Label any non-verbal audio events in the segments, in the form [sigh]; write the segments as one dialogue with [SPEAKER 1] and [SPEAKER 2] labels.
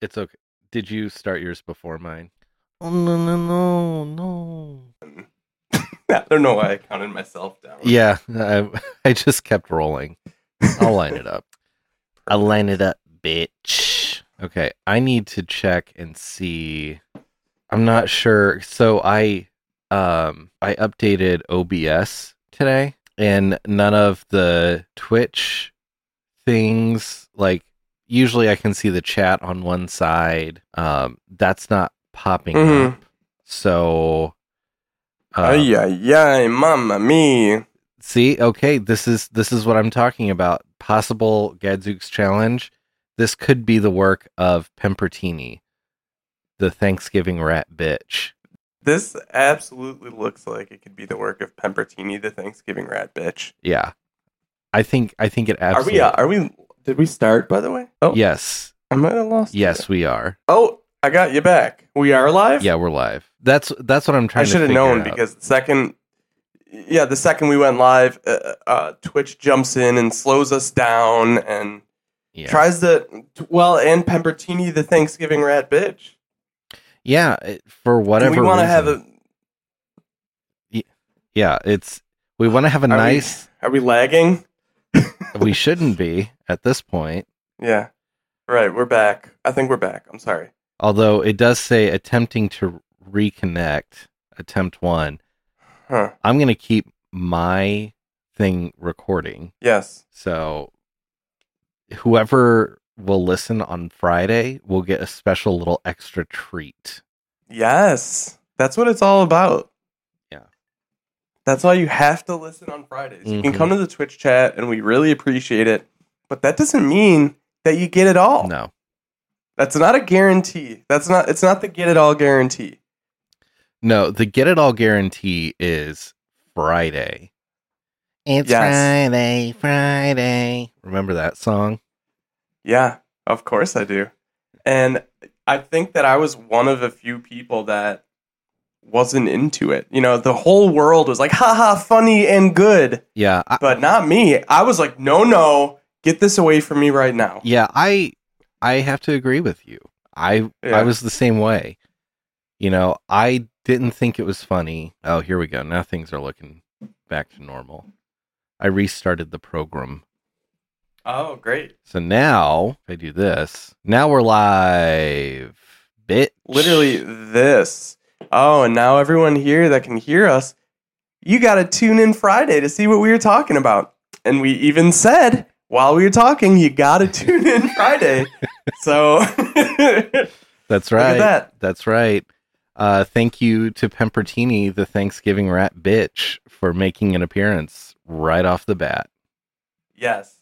[SPEAKER 1] It's okay. Did you start yours before mine?
[SPEAKER 2] Oh no no no no.
[SPEAKER 3] [laughs] I don't know why I counted myself down.
[SPEAKER 1] Yeah, I, I just kept rolling. I'll line it up.
[SPEAKER 2] [laughs] I'll line it up, bitch.
[SPEAKER 1] Okay, I need to check and see. I'm not sure. So I um I updated OBS today and none of the Twitch things like usually I can see the chat on one side. Um that's not popping
[SPEAKER 3] Mhm.
[SPEAKER 2] Mm-hmm.
[SPEAKER 1] up. So um,
[SPEAKER 3] Ay, ay, ay, mamma mia.
[SPEAKER 1] See, okay, this is this is what I'm talking about. Possible Gadzooks challenge. This could be the work of Pempertini, the Thanksgiving rat bitch.
[SPEAKER 3] This absolutely looks like it could be the work of Pembertini, the Thanksgiving rat bitch.
[SPEAKER 1] Yeah, I think I think it absolutely.
[SPEAKER 3] Are we? Uh, are we? Did we start? By the way. Oh,
[SPEAKER 1] Yes,
[SPEAKER 3] I might have lost. you.
[SPEAKER 1] yes, we are.
[SPEAKER 3] Oh, I got you back. We are live.
[SPEAKER 1] Yeah, we're live. That's that's what I'm
[SPEAKER 3] I
[SPEAKER 1] trying. to
[SPEAKER 3] should have
[SPEAKER 1] figure
[SPEAKER 3] known
[SPEAKER 1] out.
[SPEAKER 3] because the second, yeah, the second we went live, uh, uh, Twitch jumps in and slows us down and
[SPEAKER 1] yeah.
[SPEAKER 3] tries to. Well, and Pembertini, the Thanksgiving rat bitch.
[SPEAKER 1] yeah, it- for
[SPEAKER 3] And
[SPEAKER 1] whatever
[SPEAKER 3] we want to have
[SPEAKER 1] reason.
[SPEAKER 3] a.
[SPEAKER 1] yeah, it's we want to have a
[SPEAKER 3] we-
[SPEAKER 1] nice.
[SPEAKER 3] Are we lagging?
[SPEAKER 1] we shouldn't be at this point.
[SPEAKER 3] Yeah. Right, we're back. I think we're back. I'm sorry.
[SPEAKER 1] Although it does say attempting to reconnect, attempt one.
[SPEAKER 3] Huh.
[SPEAKER 1] I'm gonna keep my thing recording.
[SPEAKER 3] Yes.
[SPEAKER 1] So whoever will listen on Friday will get a special little extra treat.
[SPEAKER 3] Yes. That's what it's all about.
[SPEAKER 1] Yeah.
[SPEAKER 3] That's why you have to listen on Fridays. You can
[SPEAKER 1] Mhm.
[SPEAKER 3] come to the Twitch chat and we really appreciate it. But that doesn't mean that you get it all.
[SPEAKER 1] No.
[SPEAKER 3] That's not a guarantee. That's not it's not the get it all guarantee.
[SPEAKER 1] No, the get it all guarantee is Friday. It's
[SPEAKER 3] Yes.
[SPEAKER 1] Friday, Friday. Remember that song?
[SPEAKER 3] Yeah, of course I do. And I think that I was one of a few people that wasn't into it. You know, the whole world was like, haha, funny and good.
[SPEAKER 1] Yeah. I,
[SPEAKER 3] But not me. I was like, no, no, get this away from me right now.
[SPEAKER 1] yeah, I I have to agree with you. I
[SPEAKER 3] Yeah.
[SPEAKER 1] I was the same way. You know, I didn't think it was funny. Oh, here we go. Now things are looking back to normal. I restarted the program.
[SPEAKER 3] Oh, great.
[SPEAKER 1] So now if I do this. Now we're live. Bitch.
[SPEAKER 3] Literally this. Oh, and now everyone here that can hear us, you got to tune in Friday to see what we were talking about. And we even said while we were talking, you got to [laughs] tune in Friday. so [laughs]
[SPEAKER 1] That's
[SPEAKER 3] Look
[SPEAKER 1] right.
[SPEAKER 3] at that.
[SPEAKER 1] That's right. Uh, thank you to Pempertini, the Thanksgiving rat bitch, for making an appearance right off the bat.
[SPEAKER 3] Yes.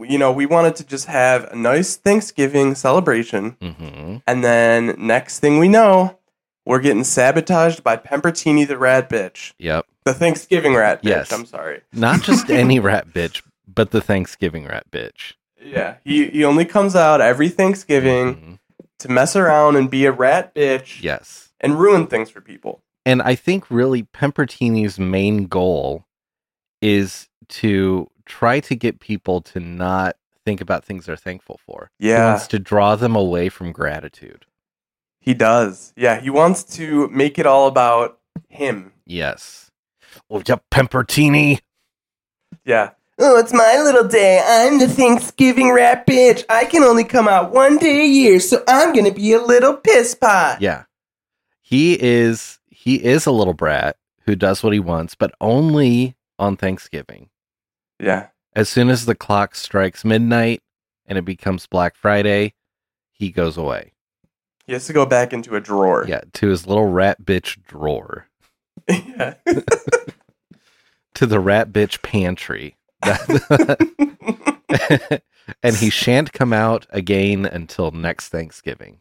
[SPEAKER 3] You know, we wanted to just have a nice Thanksgiving celebration.
[SPEAKER 1] hmm
[SPEAKER 3] And then next thing we know, we're getting sabotaged by Pembertini the rat bitch.
[SPEAKER 1] Yep.
[SPEAKER 3] The Thanksgiving rat bitch.
[SPEAKER 1] Yes.
[SPEAKER 3] I'm sorry.
[SPEAKER 1] Not
[SPEAKER 3] [laughs]
[SPEAKER 1] just any rat bitch, but the Thanksgiving rat bitch.
[SPEAKER 3] Yeah. He, he only comes out every Thanksgiving
[SPEAKER 1] Mhm.
[SPEAKER 3] to mess around and be a rat bitch
[SPEAKER 1] Yes.
[SPEAKER 3] and ruin things for people.
[SPEAKER 1] And I think really Pempertini's main goal is to try to get people to not think about things they're thankful for. He
[SPEAKER 3] Yeah.
[SPEAKER 1] wants to draw them away from gratitude.
[SPEAKER 3] He does. Yeah. He wants to make it all about him.
[SPEAKER 1] Yes. Well, yeah, Pempertini.
[SPEAKER 3] Yeah. Oh, it's my little day. I'm the Thanksgiving rat bitch. I can only come out one day a year, so I'm gonna be a little piss pot.
[SPEAKER 1] Yeah. He is he is a little brat who does what he wants, but only on Thanksgiving.
[SPEAKER 3] Yeah.
[SPEAKER 1] As soon as the clock strikes midnight and it becomes Black Friday, he goes away.
[SPEAKER 3] He has to go back into a drawer.
[SPEAKER 1] Yeah, to his little rat bitch drawer,
[SPEAKER 3] [laughs] Yeah.
[SPEAKER 1] to the rat bitch pantry. [laughs] and he shan't come out again until next Thanksgiving.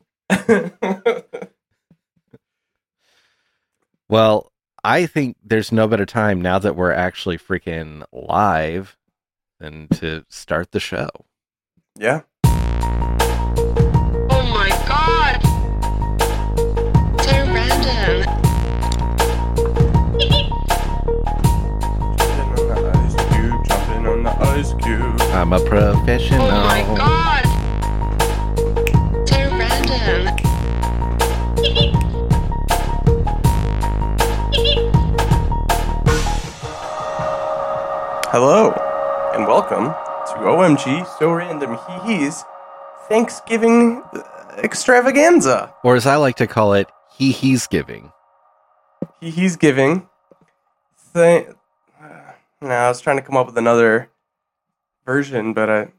[SPEAKER 1] Well, I think there's no better time now that we're actually freaking live than to start the show.
[SPEAKER 3] yeah.
[SPEAKER 4] Oh my god! So random.
[SPEAKER 3] Jump in on the ice cube, jump in on the ice cube.
[SPEAKER 1] I'm a professional.
[SPEAKER 4] Oh my god! So random.
[SPEAKER 3] Tom G. So random. He he's Thanksgiving uh, extravaganza.
[SPEAKER 1] Or as I like to call it, he he's giving.
[SPEAKER 3] He he's giving. Th- no, I was trying to come up with another version, but I.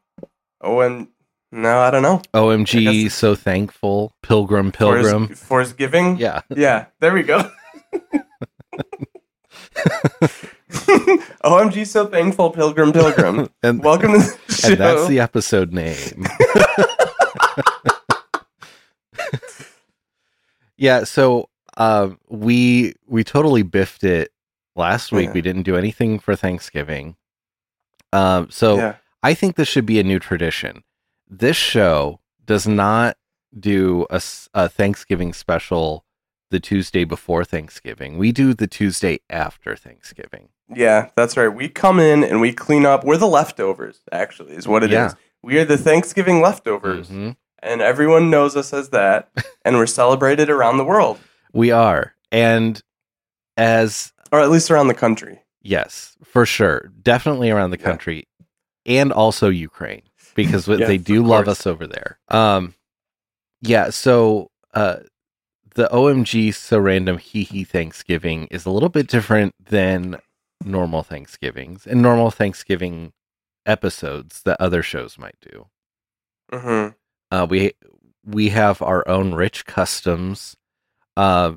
[SPEAKER 3] Oh, and no, I don't know. I
[SPEAKER 1] OMG,
[SPEAKER 3] guess-
[SPEAKER 1] so thankful. Pilgrim, pilgrim.
[SPEAKER 3] [laughs] Force, force giving.
[SPEAKER 1] yeah.
[SPEAKER 3] Yeah, there we go. [laughs] OMG, so thankful, Pilgrim Pilgrim.
[SPEAKER 1] And,
[SPEAKER 3] Welcome to the show.
[SPEAKER 1] [laughs] and that's the episode name. [laughs] yeah, so um, we we totally biffed it last week.
[SPEAKER 3] Yeah.
[SPEAKER 1] We didn't do anything for Thanksgiving. Um, so
[SPEAKER 3] yeah.
[SPEAKER 1] I think this should be a new tradition. This show does not do a, s- a Thanksgiving special the Tuesday before Thanksgiving. We do the Tuesday after Thanksgiving.
[SPEAKER 3] yeah, that's right. We come in and we clean up. We're the leftovers, actually, is what it is.
[SPEAKER 1] Yeah.
[SPEAKER 3] We are the Thanksgiving leftovers,
[SPEAKER 1] Mhm.
[SPEAKER 3] and everyone knows us
[SPEAKER 1] [laughs]
[SPEAKER 3] as that, and we're celebrated around the world,
[SPEAKER 1] We are. And as
[SPEAKER 3] or at least around the country.
[SPEAKER 1] Yes, for sure. Definitely around the
[SPEAKER 3] Yeah.
[SPEAKER 1] country and also Ukraine
[SPEAKER 3] [laughs]
[SPEAKER 1] because what
[SPEAKER 3] Yes,
[SPEAKER 1] they do
[SPEAKER 3] of
[SPEAKER 1] love
[SPEAKER 3] course.
[SPEAKER 1] us over there. Um yeah, so uh the OMG so random hee hee Thanksgiving is a little bit different than normal Thanksgivings and normal Thanksgiving episodes that other shows might do.
[SPEAKER 3] hmm
[SPEAKER 1] Uh, we we have our own rich customs. Uh,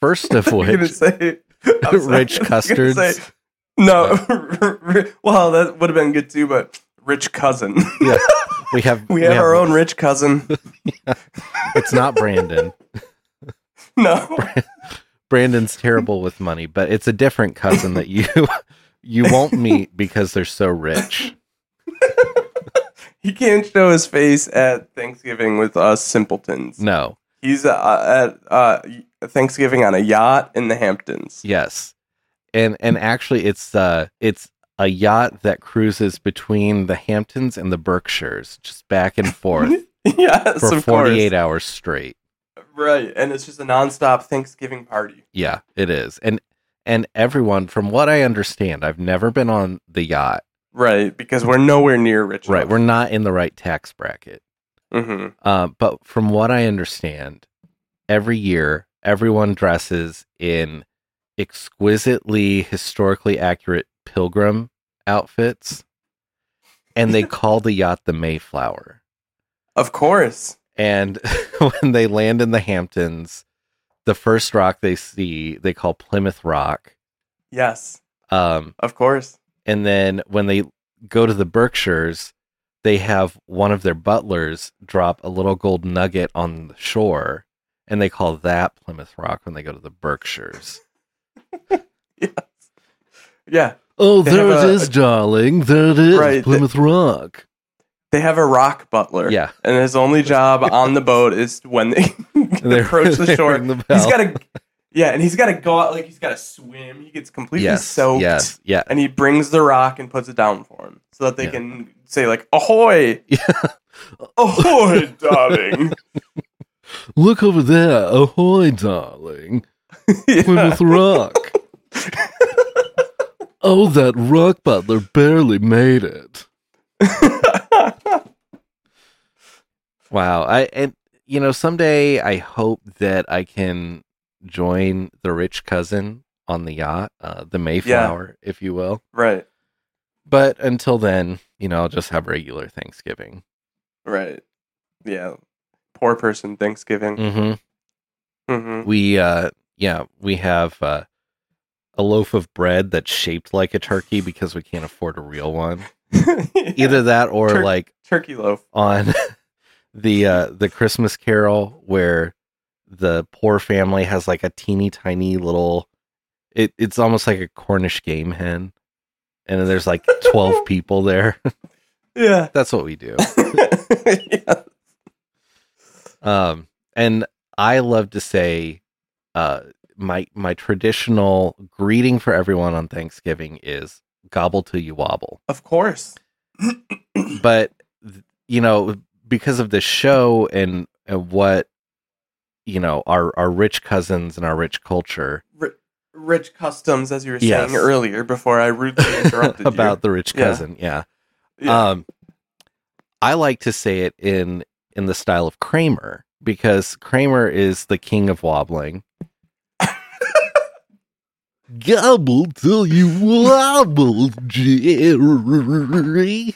[SPEAKER 1] first of
[SPEAKER 3] [laughs] You're gonna
[SPEAKER 1] which, [laughs]
[SPEAKER 3] say I'm sorry, [laughs]
[SPEAKER 1] Rich
[SPEAKER 3] I was gonna say-
[SPEAKER 1] custards.
[SPEAKER 3] No, [laughs] well, that would have been good too, but rich cousin.
[SPEAKER 1] we have
[SPEAKER 3] we have our own rich cousin.
[SPEAKER 1] [laughs] It's not Brandon.
[SPEAKER 3] No,
[SPEAKER 1] Brandon's terrible with money, but it's a different cousin that you [laughs] you won't meet because they're so rich.
[SPEAKER 3] he can't show his face at Thanksgiving with us simpletons.
[SPEAKER 1] No.
[SPEAKER 3] He's uh, at uh, Thanksgiving on a yacht in the Hamptons.
[SPEAKER 1] Yes. And and actually it's uh it's a yacht that cruises between the Hamptons and the Berkshires, just back
[SPEAKER 3] [laughs]
[SPEAKER 1] and forth
[SPEAKER 3] yes,
[SPEAKER 1] for
[SPEAKER 3] of course.
[SPEAKER 1] 48 hours straight.
[SPEAKER 3] Right, and it's just a nonstop Thanksgiving party.
[SPEAKER 1] Yeah, it is. And and everyone from what I understand, I've never been on the yacht.
[SPEAKER 3] Right, because we're nowhere near rich.
[SPEAKER 1] Right, we're not in the right tax bracket.
[SPEAKER 3] hmm
[SPEAKER 1] Uh, but from what I understand, every year everyone dresses in exquisitely historically accurate pilgrim outfits, and they call the yacht the Mayflower.
[SPEAKER 3] Of course.
[SPEAKER 1] And [laughs] when they land in the Hamptons, the first rock they see they call Plymouth Rock.
[SPEAKER 3] Yes,
[SPEAKER 1] Um,
[SPEAKER 3] of course.
[SPEAKER 1] and then when they go to the Berkshires, they have one of their butlers drop a little gold nugget on the shore, and they call that Plymouth Rock when they go to the Berkshires.
[SPEAKER 3] Yeah,
[SPEAKER 1] [laughs] Oh,
[SPEAKER 3] They
[SPEAKER 1] there
[SPEAKER 3] have
[SPEAKER 1] it
[SPEAKER 3] a-
[SPEAKER 1] is, darling. There it is,
[SPEAKER 3] Right, they-
[SPEAKER 1] Plymouth Rock.
[SPEAKER 3] they have a rock butler.
[SPEAKER 1] Yeah,
[SPEAKER 3] and his only job on the boat is
[SPEAKER 1] [laughs]
[SPEAKER 3] when [laughs] they
[SPEAKER 1] They-
[SPEAKER 3] [laughs] approach the
[SPEAKER 1] [laughs] they
[SPEAKER 3] shore.
[SPEAKER 1] ring the
[SPEAKER 3] he's
[SPEAKER 1] bell.
[SPEAKER 3] got to, yeah, and he's got to go out like he's got to swim. He gets completely
[SPEAKER 1] yes,
[SPEAKER 3] soaked,
[SPEAKER 1] yes, yeah.
[SPEAKER 3] and he brings the rock and puts it down for him so that they
[SPEAKER 1] Yeah.
[SPEAKER 3] can say like
[SPEAKER 1] [laughs]
[SPEAKER 3] ahoy,
[SPEAKER 1] Yeah.
[SPEAKER 3] ahoy,
[SPEAKER 1] [laughs]
[SPEAKER 3] darling.
[SPEAKER 1] Look over there, ahoy,
[SPEAKER 3] [laughs]
[SPEAKER 1] darling,
[SPEAKER 3] Yeah.
[SPEAKER 1] Plymouth Rock. oh, that rock butler barely made it. Wow. I and you know, someday I hope that I can join the rich cousin on the yacht, uh, the Mayflower, if you will.
[SPEAKER 3] [laughs] right,
[SPEAKER 1] But until then, you know, I'll just have regular Thanksgiving.
[SPEAKER 3] right, yeah. Poor person Thanksgiving.
[SPEAKER 1] Mm-hmm.
[SPEAKER 3] hmm
[SPEAKER 1] We uh yeah, we have uh a loaf of bread that's shaped like a turkey because we can't afford a real one.
[SPEAKER 3] [laughs]
[SPEAKER 1] Either that or
[SPEAKER 3] Tur-
[SPEAKER 1] like
[SPEAKER 3] Mm-hmm. turkey loaf.
[SPEAKER 1] on [laughs] the uh the Christmas Carol where the poor family has like a teeny tiny little it it's almost like a Cornish game hen. And then there's like 12 people there. [laughs]
[SPEAKER 3] Yeah. [laughs]
[SPEAKER 1] That's what we do.
[SPEAKER 3] yeah.
[SPEAKER 1] Um and I love to say uh my my traditional greeting for everyone on Thanksgiving is gobble till you wobble.
[SPEAKER 3] Of course.
[SPEAKER 1] but th- you know because of the show and, and what you know our our rich cousins and our rich [laughs] culture
[SPEAKER 3] rich customs, as you were
[SPEAKER 1] Yes. [laughs]
[SPEAKER 3] saying earlier before I rudely interrupted
[SPEAKER 1] about
[SPEAKER 3] you.
[SPEAKER 1] the rich
[SPEAKER 3] Yeah.
[SPEAKER 1] cousin yeah,
[SPEAKER 3] Yeah.
[SPEAKER 1] um I like to say it in in the style of Kramer because Kramer is the king of wobbling. [laughs] Gobble till you wobble, Jerry.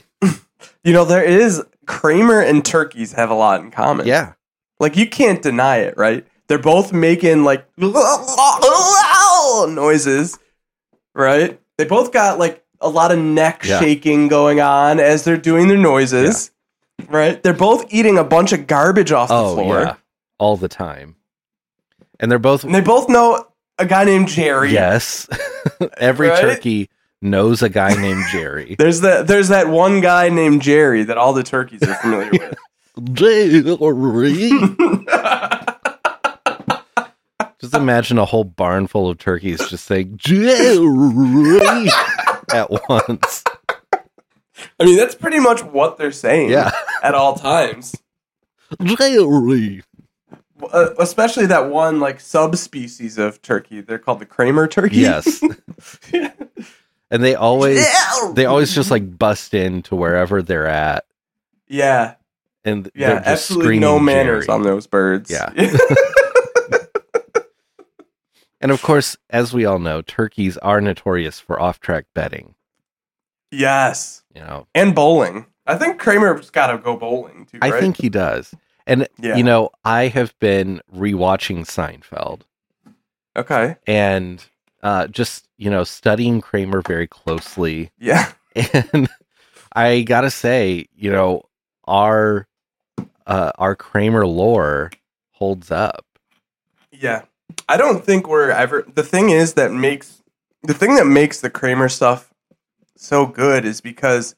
[SPEAKER 3] You know, there is Kramer and turkeys have a lot in common.
[SPEAKER 1] Yeah.
[SPEAKER 3] Like you can't deny it, right? They're both making like [laughs] noises, right? They both got like a lot of neck
[SPEAKER 1] Yeah.
[SPEAKER 3] shaking going on as they're doing their noises, right? They're both eating a bunch of garbage off the
[SPEAKER 1] Oh
[SPEAKER 3] floor,
[SPEAKER 1] yeah. All the time. And they're both
[SPEAKER 3] and they both know a guy named Jerry.
[SPEAKER 1] yes. [laughs] Every
[SPEAKER 3] Right?
[SPEAKER 1] turkey knows a guy named
[SPEAKER 3] [laughs]
[SPEAKER 1] Jerry.
[SPEAKER 3] There's that. There's that one guy named Jerry that all the turkeys are
[SPEAKER 1] [laughs]
[SPEAKER 3] familiar with.
[SPEAKER 1] Jerry. Just imagine a whole barn full of turkeys just saying
[SPEAKER 3] [laughs]
[SPEAKER 1] Jerry at once.
[SPEAKER 3] I mean, that's pretty much what they're saying.
[SPEAKER 1] Yeah.
[SPEAKER 3] At all times.
[SPEAKER 1] Jerry.
[SPEAKER 3] Uh, especially that one like subspecies of turkey. They're called the Kramer turkey. [laughs]
[SPEAKER 1] Yes. and they always they always just like bust into wherever they're at
[SPEAKER 3] yeah,
[SPEAKER 1] and
[SPEAKER 3] yeah,
[SPEAKER 1] they're just
[SPEAKER 3] absolutely
[SPEAKER 1] screaming
[SPEAKER 3] no manners
[SPEAKER 1] Jerry.
[SPEAKER 3] on those birds.
[SPEAKER 1] Yeah. And of course, as we all know, turkeys are notorious for off-track betting,
[SPEAKER 3] [laughs] yes,
[SPEAKER 1] you know.
[SPEAKER 3] and bowling. I think Kramer's got to go bowling too.
[SPEAKER 1] I
[SPEAKER 3] right?
[SPEAKER 1] think he does. And
[SPEAKER 3] Yeah.
[SPEAKER 1] you know, I have been rewatching Seinfeld
[SPEAKER 3] Okay.
[SPEAKER 1] and uh, just you know studying Kramer very closely. [laughs]
[SPEAKER 3] Yeah. [laughs]
[SPEAKER 1] And I gotta say, you know, our uh, our Kramer lore holds up.
[SPEAKER 3] Yeah. I don't think we're ever. The thing is that makes the thing that makes the Kramer stuff so good is because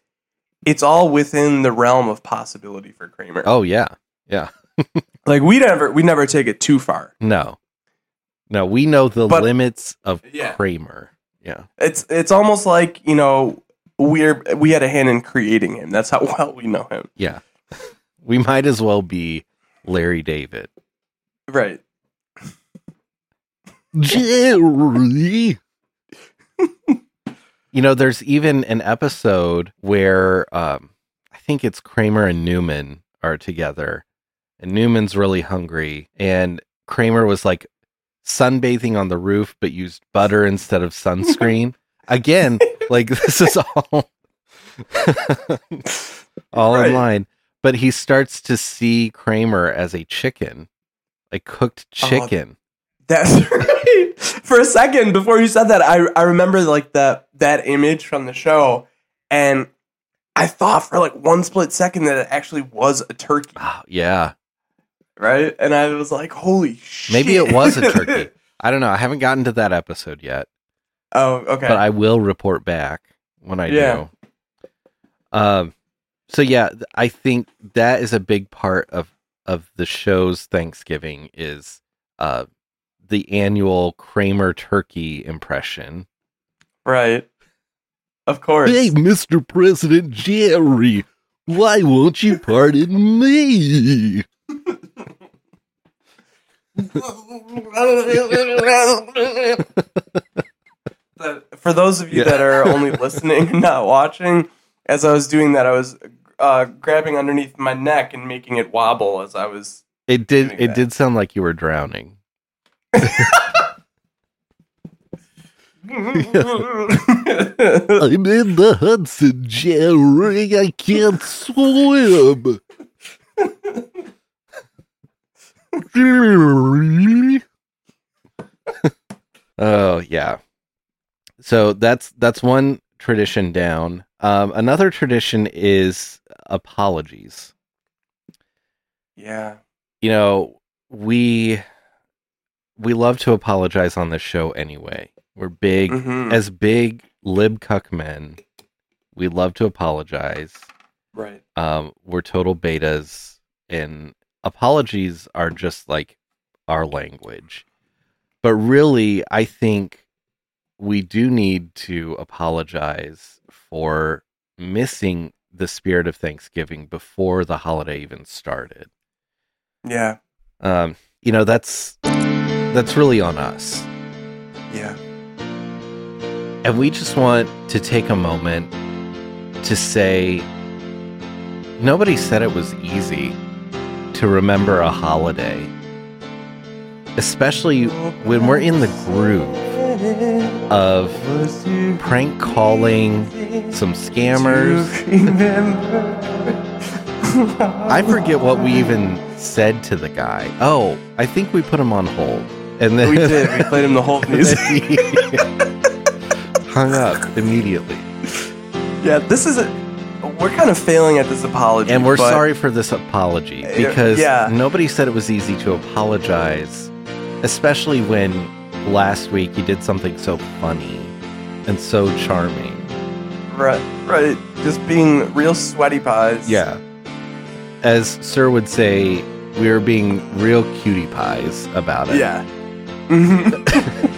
[SPEAKER 3] it's all within the realm of possibility for Kramer.
[SPEAKER 1] Oh yeah,
[SPEAKER 3] Like we never we never take it too far.
[SPEAKER 1] no, no, we know the
[SPEAKER 3] But-
[SPEAKER 1] limits of
[SPEAKER 3] Yeah.
[SPEAKER 1] Kramer. Yeah,
[SPEAKER 3] it's it's almost like you know we're we had a hand in creating him. That's how [laughs] well we know him.
[SPEAKER 1] yeah. we might as well be Larry David.
[SPEAKER 3] Right.
[SPEAKER 1] Jerry. [laughs] you know, there's even an episode where um, I think it's Kramer and Newman are together, and Newman's really hungry, and Kramer was like sunbathing on the roof, but used butter instead of
[SPEAKER 3] [laughs]
[SPEAKER 1] sunscreen. Again, like this is all [laughs] all
[SPEAKER 3] Right.
[SPEAKER 1] in line. But he starts to see Kramer as a chicken, a cooked
[SPEAKER 3] Oh,
[SPEAKER 1] chicken.
[SPEAKER 3] That's [laughs] right. For a second before you said that, I I remember like that that image from the show, and I thought for like one split second that it actually was a turkey,
[SPEAKER 1] Oh, yeah.
[SPEAKER 3] right? And I was like, holy shit!
[SPEAKER 1] Maybe it was a turkey. I don't know. I haven't gotten to that episode yet,
[SPEAKER 3] [laughs] oh, okay.
[SPEAKER 1] but I will report back when I
[SPEAKER 3] Yeah.
[SPEAKER 1] do. Um so yeah, th- I think that is a big part of of the show's Thanksgiving is uh the annual Kramer turkey impression.
[SPEAKER 3] right. Of course.
[SPEAKER 1] Mr. President Jerry, why won't you pardon me?
[SPEAKER 3] [laughs] that- for those of you
[SPEAKER 1] Yeah.
[SPEAKER 3] that are
[SPEAKER 1] [laughs]
[SPEAKER 3] only listening and not watching, as I was doing that, I was uh, grabbing underneath my neck and making it wobble as
[SPEAKER 1] [laughs]
[SPEAKER 3] I was.
[SPEAKER 1] It did
[SPEAKER 3] Something like
[SPEAKER 1] it
[SPEAKER 3] that.
[SPEAKER 1] did sound like you were drowning.
[SPEAKER 3] right.
[SPEAKER 1] I'm in the Hudson, Jerry. I can't swim. Jerry. [laughs] oh yeah. So that's that's one tradition down. Um, another tradition is apologies
[SPEAKER 3] Yeah.
[SPEAKER 1] you know we we love to apologize on this show anyway we're big
[SPEAKER 3] Mhm.
[SPEAKER 1] as big lib cuck men we love to apologize
[SPEAKER 3] Right.
[SPEAKER 1] um we're total betas and apologies are just like our language but really i think we do need to apologize for missing the spirit of thanksgiving before the holiday even started
[SPEAKER 3] Yeah.
[SPEAKER 1] um, you know that's that's really on us
[SPEAKER 3] Yeah.
[SPEAKER 1] and we just want to take a moment to say nobody said it was easy to remember a holiday, especially when we're in the groove of prank calling some scammers. [laughs] I forget what we even said to the guy. Oh, I think we put him on hold, and then
[SPEAKER 3] [laughs] we did.
[SPEAKER 1] [laughs]
[SPEAKER 3] We played him the whole
[SPEAKER 1] and
[SPEAKER 3] music.
[SPEAKER 1] then he hung up immediately.
[SPEAKER 3] yeah, this is a. We're kind of failing at this apology.
[SPEAKER 1] And we're
[SPEAKER 3] but
[SPEAKER 1] sorry for this apology
[SPEAKER 3] Uh,
[SPEAKER 1] because
[SPEAKER 3] yeah.
[SPEAKER 1] nobody said it was easy to apologize, especially when last week you did something so funny and so charming.
[SPEAKER 3] Right, right. Just being real sweaty pies.
[SPEAKER 1] Yeah. As Sir would say, we are being real cutie pies about it.
[SPEAKER 3] Yeah. [laughs] Mhm.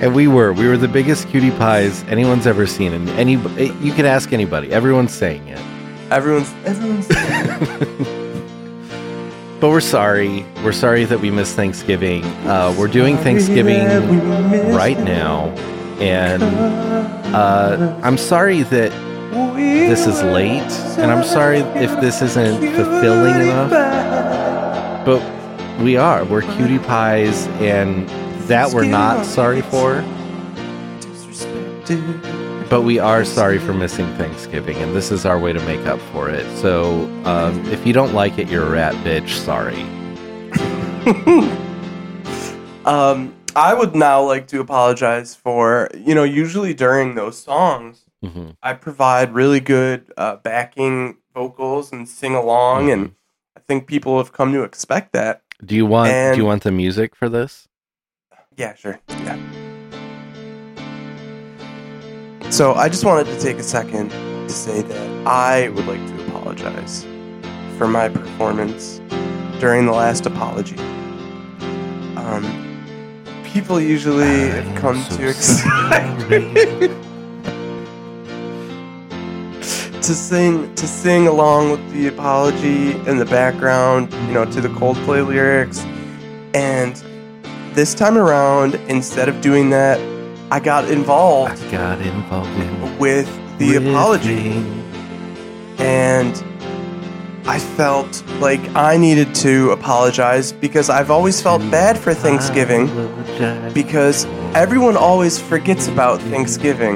[SPEAKER 1] And we were. We were the biggest cutie pies anyone's ever seen. And any, eh, you can ask anybody. Everyone's saying it.
[SPEAKER 3] everyone's everyone's
[SPEAKER 1] But we're sorry. We're sorry that we missed Thanksgiving. Uh, we're doing Thanksgiving right now. And uh, I'm sorry that this is late. And I'm sorry if this isn't fulfilling enough. But we are. We're cutie pies. And that we're not sorry for. But we are sorry for missing Thanksgiving, and this is our way to make up for it. So, um, if you don't like it, you're a rat bitch. Sorry.
[SPEAKER 3] Um, I would now like to apologize for you know usually during those songs
[SPEAKER 1] Mm-hmm.
[SPEAKER 3] I provide really good uh, backing vocals and sing along,
[SPEAKER 1] Mm-hmm.
[SPEAKER 3] and I think people have come to expect that.
[SPEAKER 1] Do you want
[SPEAKER 3] And-
[SPEAKER 1] Do you want the music for this?
[SPEAKER 3] Yeah, sure. Yeah. So I just wanted to take a second to say that I would like to apologize for my performance during the last apology. Um, people usually
[SPEAKER 1] Ah,
[SPEAKER 3] have come to expect [laughs] to sing to sing along with the apology in the background, you know, to the Coldplay lyrics. And this time around, instead of doing that, I
[SPEAKER 1] [laughs]
[SPEAKER 3] got
[SPEAKER 1] I
[SPEAKER 3] involved
[SPEAKER 1] got involved in
[SPEAKER 3] with the
[SPEAKER 1] riffing.
[SPEAKER 3] apology and I felt like I needed to apologize because I've always felt
[SPEAKER 1] Mm.
[SPEAKER 3] bad for
[SPEAKER 1] Ah.
[SPEAKER 3] Thanksgiving
[SPEAKER 1] Apologize.
[SPEAKER 3] because everyone always forgets about Thanksgiving,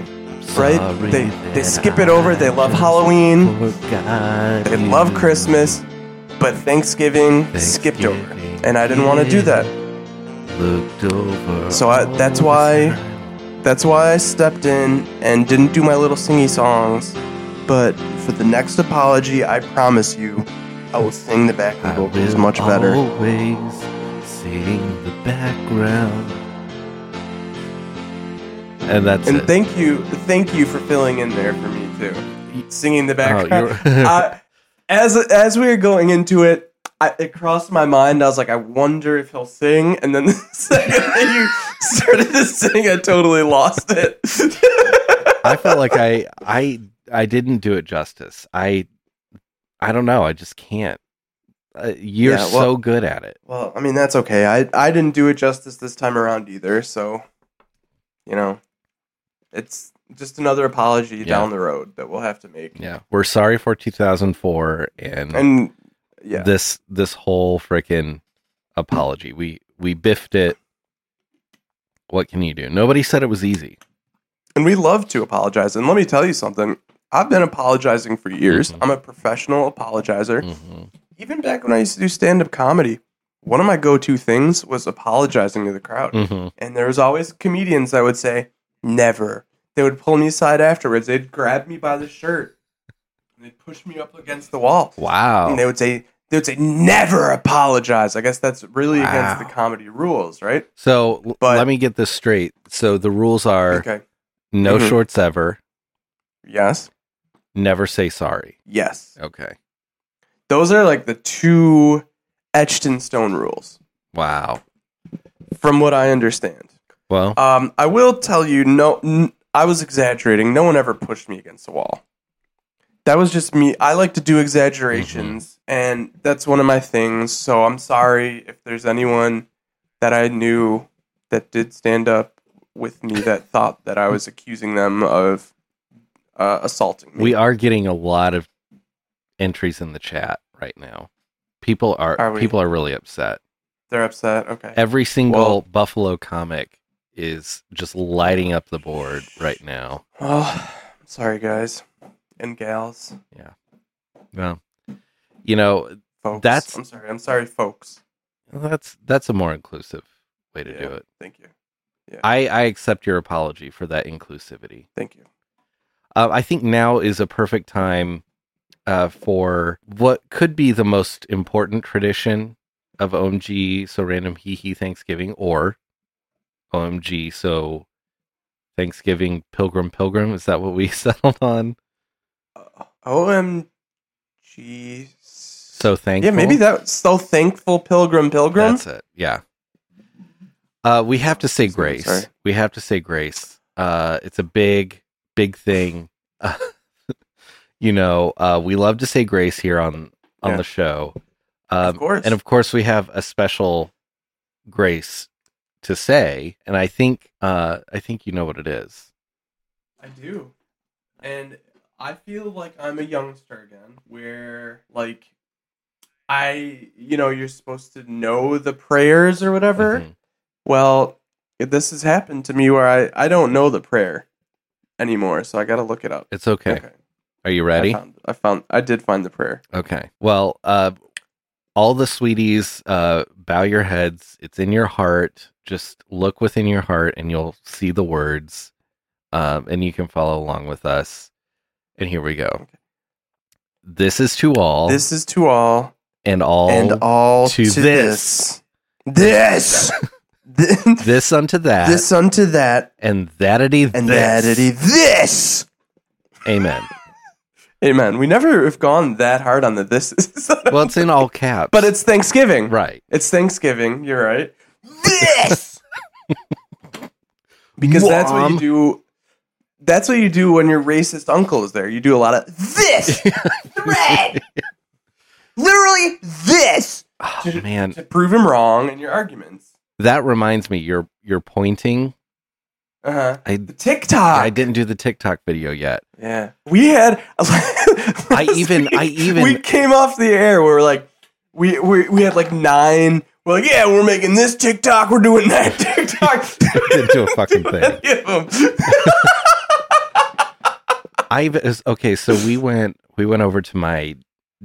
[SPEAKER 3] right?
[SPEAKER 1] Sorry
[SPEAKER 3] They
[SPEAKER 1] that
[SPEAKER 3] they skip it over. They love Halloween.
[SPEAKER 1] forgot
[SPEAKER 3] They
[SPEAKER 1] you.
[SPEAKER 3] love Christmas, but Thanksgiving skipped over,
[SPEAKER 1] Thanksgiving.
[SPEAKER 3] and I didn't want to do that.
[SPEAKER 1] Looked over.
[SPEAKER 3] So I-
[SPEAKER 1] all
[SPEAKER 3] that's
[SPEAKER 1] the
[SPEAKER 3] why-
[SPEAKER 1] time.
[SPEAKER 3] That's why I stepped in and didn't do my little singy songs. But for the next apology, I promise you, I will sing the backing
[SPEAKER 1] I
[SPEAKER 3] vocals
[SPEAKER 1] will
[SPEAKER 3] much better.
[SPEAKER 1] Always sing the background. And that's
[SPEAKER 3] And
[SPEAKER 1] it.
[SPEAKER 3] thank you, thank you for filling in there for me too, singing the background.
[SPEAKER 1] Oh, you're- [laughs]
[SPEAKER 3] I, as as we were going into it, I, it crossed my mind. I was like, I wonder if he'll sing. And then [laughs] the second that you started to sing, I totally lost it.
[SPEAKER 1] I felt like I I I didn't do it justice. I I don't know. I just can't. Uh, you're
[SPEAKER 3] Yeah, well-
[SPEAKER 1] so good at it.
[SPEAKER 3] well, I mean that's okay. I I didn't do it justice this time around either. So, you know, it's just another apology down the road that we'll have to make.
[SPEAKER 1] Yeah, we're sorry for 2004 and,
[SPEAKER 3] And yeah,
[SPEAKER 1] this this whole freaking apology. We we biffed it. What can you do? Nobody said it was easy.
[SPEAKER 3] and we love to apologize. And let me tell you something. I've been apologizing for years.
[SPEAKER 1] Mhm.
[SPEAKER 3] I'm a professional apologizer.
[SPEAKER 1] Mhm.
[SPEAKER 3] even back when I used to do stand up comedy, one of my go to things was apologizing to the crowd.
[SPEAKER 1] Mhm.
[SPEAKER 3] And there was always comedians that would say, never. They would pull me aside afterwards. They'd grab me by the shirt and they'd push me up against the wall.
[SPEAKER 1] Wow.
[SPEAKER 3] And they would say, they would say, never apologize. I guess that's really
[SPEAKER 1] Wow.
[SPEAKER 3] against the comedy rules, right?
[SPEAKER 1] So l-
[SPEAKER 3] But-
[SPEAKER 1] let me get this straight. So the rules are
[SPEAKER 3] Okay.
[SPEAKER 1] no
[SPEAKER 3] Mhm.
[SPEAKER 1] shorts ever,
[SPEAKER 3] Yes.
[SPEAKER 1] never say sorry.
[SPEAKER 3] Yes.
[SPEAKER 1] Okay.
[SPEAKER 3] Those are like the two etched in stone rules,
[SPEAKER 1] Wow.
[SPEAKER 3] from what I understand.
[SPEAKER 1] Well,
[SPEAKER 3] Um, I will tell you, no, n- I was exaggerating. No one ever pushed me against the wall. That was just me. I like to do exaggerations, and that's one of my things. So I'm sorry if there's anyone that I knew that did stand up with me that thought that I was accusing them of uh, assaulting me.
[SPEAKER 1] we are getting a lot of entries in the chat right now. People are,
[SPEAKER 3] Are we-
[SPEAKER 1] people are really upset.
[SPEAKER 3] They're upset. Okay. [sighs]
[SPEAKER 1] Every single
[SPEAKER 3] Well-
[SPEAKER 1] Buffalo comic is just lighting up the board right now.
[SPEAKER 3] Well, sorry guys and gals,
[SPEAKER 1] Well, you know,
[SPEAKER 3] folks.
[SPEAKER 1] That's-
[SPEAKER 3] I'm sorry. I'm sorry, folks.
[SPEAKER 1] that's that's a more inclusive way to do
[SPEAKER 3] Yeah.
[SPEAKER 1] it.
[SPEAKER 3] Thank you.
[SPEAKER 1] I, I accept your apology for that inclusivity.
[SPEAKER 3] Thank you.
[SPEAKER 1] Uh, I think now is a perfect time uh, for what could be the most important tradition of OMG So Random Hee Hee Thanksgiving or OMG So Thanksgiving Pilgrim Pilgrim. Is that what we [laughs] settled on?
[SPEAKER 3] Uh, OMG.
[SPEAKER 1] So thankful.
[SPEAKER 3] yeah, maybe that's so thankful, Pilgrim Pilgrim.
[SPEAKER 1] That's it. Yeah. Uh, we have to say
[SPEAKER 3] Sorry.
[SPEAKER 1] grace. We have to say grace. Uh, it's a big, big thing. [laughs] you know, uh, we love to say grace here on on
[SPEAKER 3] Yeah.
[SPEAKER 1] the show. Um,
[SPEAKER 3] Of course.
[SPEAKER 1] And of course, we have a special grace to say, and I think uh, I think you know what it is.
[SPEAKER 3] I do. And I feel like I'm a youngster again, where, like, I, you know, you're supposed to know the prayers or whatever.
[SPEAKER 1] Mhm.
[SPEAKER 3] Well, this has happened to me where I, I don't know the prayer anymore, so I got to look it up.
[SPEAKER 1] It's okay. Are you ready?
[SPEAKER 3] I found, I found, I did find the prayer.
[SPEAKER 1] Okay. Well, uh, all the sweeties, uh, bow your heads. It's in your heart. Just look within your heart, and you'll see the words, um, and you can follow along with us. And here we go.
[SPEAKER 3] Okay.
[SPEAKER 1] This is to all,
[SPEAKER 3] This is to all,
[SPEAKER 1] and all,
[SPEAKER 3] and all
[SPEAKER 1] to
[SPEAKER 3] to, this. This. [laughs] This.
[SPEAKER 1] this unto that,
[SPEAKER 3] this unto that,
[SPEAKER 1] and thatity,
[SPEAKER 3] and
[SPEAKER 1] this.
[SPEAKER 3] thatity this.
[SPEAKER 1] Amen.
[SPEAKER 3] Amen. We never have gone that hard on the this [laughs] is.
[SPEAKER 1] Well, it's in all caps,
[SPEAKER 3] but it's Thanksgiving.
[SPEAKER 1] right
[SPEAKER 3] It's Thanksgiving. You're right. [laughs] This! because that's what
[SPEAKER 1] Mom.
[SPEAKER 3] you do. That's what you do when your racist uncle is there. You do a lot of this [laughs] thread. [laughs] Literally this.
[SPEAKER 1] Oh, man,
[SPEAKER 3] To prove him wrong in your arguments.
[SPEAKER 1] that reminds me. You're you're pointing.
[SPEAKER 3] Uh huh.
[SPEAKER 1] I
[SPEAKER 3] The TikTok.
[SPEAKER 1] I didn't do the TikTok video yet.
[SPEAKER 3] Yeah. We had
[SPEAKER 1] I even- I even-
[SPEAKER 3] We came off the air we were like we we, we had like nine we're like, yeah, we're making this TikTok, we're doing that [laughs] TikTok.
[SPEAKER 1] Didn't do a [laughs] fucking thing.
[SPEAKER 3] Any of 'em.
[SPEAKER 1] I was okay. So we went we went over to my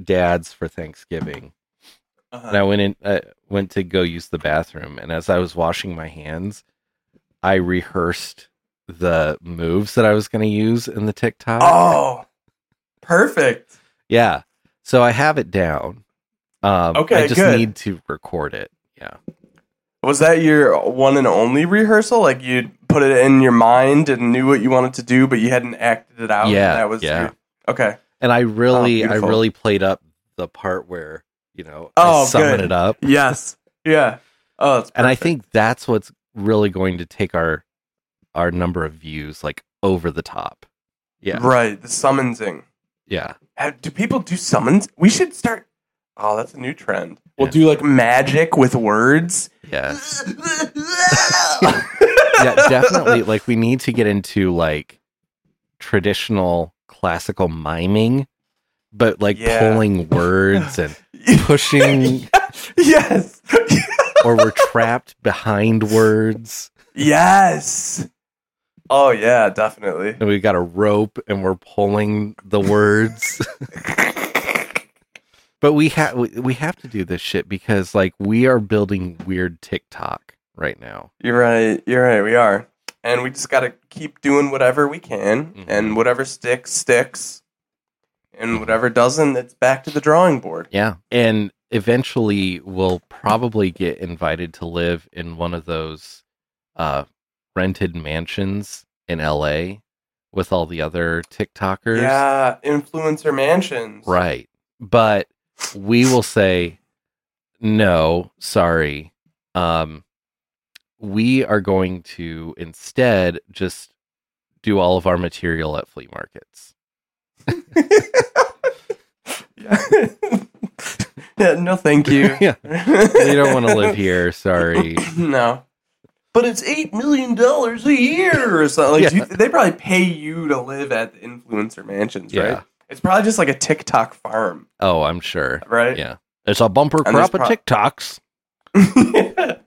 [SPEAKER 1] dad's for Thanksgiving, [laughs] and I
[SPEAKER 3] Uh-huh.
[SPEAKER 1] went in uh, went to go use the bathroom. And as I was washing my hands, I rehearsed the moves that I was going to use in the TikTok.
[SPEAKER 3] [laughs] Oh. Perfect.
[SPEAKER 1] Yeah, so I have it down. Um,
[SPEAKER 3] Okay,
[SPEAKER 1] I just
[SPEAKER 3] good.
[SPEAKER 1] need to record it. Yeah,
[SPEAKER 3] Was that your one and only rehearsal? Like you put it in your mind and knew what you wanted to do, but you hadn't acted it out.
[SPEAKER 1] Yeah,
[SPEAKER 3] That was
[SPEAKER 1] yeah.
[SPEAKER 3] your- okay.
[SPEAKER 1] and I really I
[SPEAKER 3] Oh, beautiful.
[SPEAKER 1] really played up the part where you know
[SPEAKER 3] Oh,
[SPEAKER 1] I summon
[SPEAKER 3] good.
[SPEAKER 1] it up.
[SPEAKER 3] Yes. yeah. Oh, that's
[SPEAKER 1] and I
[SPEAKER 3] perfect.
[SPEAKER 1] think that's what's really going to take our our number of views like over the top. Yeah,
[SPEAKER 3] right the summonsing.
[SPEAKER 1] yeah.
[SPEAKER 3] Have, Uh, do people do summons? We should start. Oh, that's a new trend. We'll
[SPEAKER 1] Yeah.
[SPEAKER 3] do like magic with words.
[SPEAKER 1] [laughs]
[SPEAKER 3] [laughs]
[SPEAKER 1] Yeah, yeah, definitely. Like we need to get into like traditional classical miming, but like
[SPEAKER 3] Yeah.
[SPEAKER 1] pulling words and
[SPEAKER 3] [laughs]
[SPEAKER 1] pushing,
[SPEAKER 3] [laughs] yes.
[SPEAKER 1] or we're trapped behind words,
[SPEAKER 3] yes. Oh yeah, definitely.
[SPEAKER 1] and we've got a rope and we're pulling the words. But we have we we have to do this shit because like we are building weird TikTok right now.
[SPEAKER 3] You're right. You're right. We are, and we just gotta keep doing whatever we can,
[SPEAKER 1] Mhm.
[SPEAKER 3] and whatever sticks sticks, and whatever doesn't, it's back to the drawing board.
[SPEAKER 1] Yeah. And eventually we'll probably get invited to live in one of those uh rented mansions in LA with all the other TikTokers.
[SPEAKER 3] Yeah, influencer mansions.
[SPEAKER 1] Right. But we will say no, sorry. Um we are going to instead just do all of our material at flea markets.
[SPEAKER 3] yeah. [laughs] Yeah, no, thank
[SPEAKER 1] [laughs]
[SPEAKER 3] you.
[SPEAKER 1] Yeah.
[SPEAKER 3] you
[SPEAKER 1] we don't want to
[SPEAKER 3] [laughs]
[SPEAKER 1] live here. Sorry.
[SPEAKER 3] no. But it's eight million dollars a year or something. Like,
[SPEAKER 1] Yeah.
[SPEAKER 3] do you- they probably pay you to live at the influencer mansions,
[SPEAKER 1] Yeah.
[SPEAKER 3] right? It's probably just like a TikTok farm,
[SPEAKER 1] Oh, I'm sure.
[SPEAKER 3] right?
[SPEAKER 1] Yeah. It's a bumper
[SPEAKER 3] And there's
[SPEAKER 1] crop of
[SPEAKER 3] pro-
[SPEAKER 1] TikToks.
[SPEAKER 3] [laughs]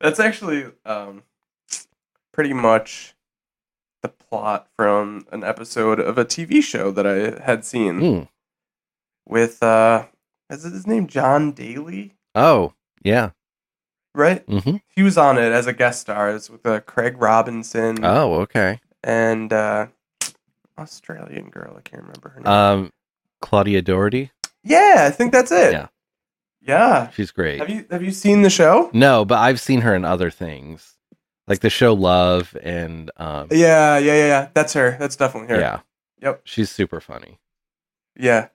[SPEAKER 3] That's actually um, pretty much the plot from an episode of a TV show that I had seen
[SPEAKER 1] Mm.
[SPEAKER 3] with uh, is his name John Daly?
[SPEAKER 1] Oh, yeah.
[SPEAKER 3] Right,
[SPEAKER 1] hmm
[SPEAKER 3] he was on it as a guest star. It's with uh, Craig Robinson
[SPEAKER 1] Oh, okay.
[SPEAKER 3] and uh, Australian girl. I can't remember her name.
[SPEAKER 1] Um, Claudia Doherty.
[SPEAKER 3] yeah, I think that's it.
[SPEAKER 1] yeah.
[SPEAKER 3] Yeah.
[SPEAKER 1] She's great.
[SPEAKER 3] Have you have you seen the show?
[SPEAKER 1] No, but I've seen her in other things, like the show Love, and um,
[SPEAKER 3] Yeah, yeah, yeah, yeah. That's her. That's definitely her.
[SPEAKER 1] yeah,
[SPEAKER 3] Yep.
[SPEAKER 1] she's super funny.
[SPEAKER 3] Yeah.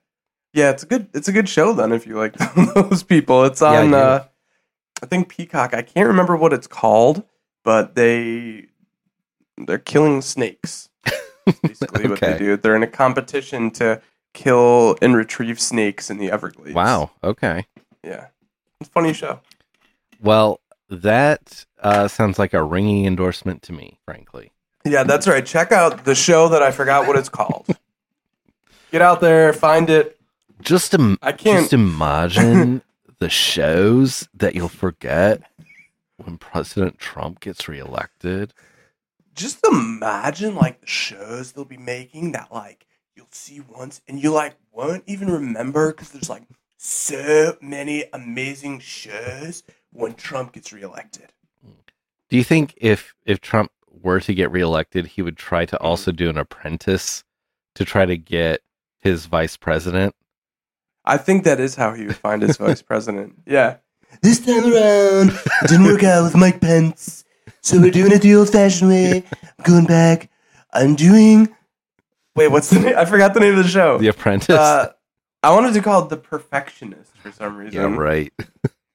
[SPEAKER 3] Yeah, it's a good it's a good show then if you like [laughs] those people. It's
[SPEAKER 1] Yeah, I
[SPEAKER 3] on
[SPEAKER 1] do.
[SPEAKER 3] uh I think Peacock. I can't remember what it's called, but they they're killing snakes.
[SPEAKER 1] [laughs]
[SPEAKER 3] That's basically what they
[SPEAKER 1] Okay.
[SPEAKER 3] do. They're in a competition to kill and retrieve snakes in the Everglades.
[SPEAKER 1] Wow. Okay.
[SPEAKER 3] Yeah. It's a funny show.
[SPEAKER 1] Well, that uh, sounds like a ringing endorsement to me, frankly.
[SPEAKER 3] Yeah, that's right. Check out the show that I forgot what
[SPEAKER 1] [laughs]
[SPEAKER 3] it's called. Get out there, find it.
[SPEAKER 1] Just Im-
[SPEAKER 3] I can't
[SPEAKER 1] just
[SPEAKER 3] [laughs]
[SPEAKER 1] imagine the shows that you'll forget when President Trump gets reelected.
[SPEAKER 3] just imagine like the shows they'll be making that like you'll see once and you like won't even remember because there's like so many amazing shows when Trump gets reelected.
[SPEAKER 1] Do you think if if Trump were to get reelected, he would try
[SPEAKER 3] Mm-hmm.
[SPEAKER 1] to also do an apprentice to try to get his vice president?
[SPEAKER 3] I think that is how he would find [laughs] his vice president. Yeah. This time around, it didn't work out with Mike Pence, so we're doing it the old-fashioned way. I'm going back. I'm doing. Wait, what's the name? I forgot the name of the show.
[SPEAKER 1] The apprentice.
[SPEAKER 3] Uh, I wanted to call it The Perfectionist for some reason.
[SPEAKER 1] yeah, right. [laughs]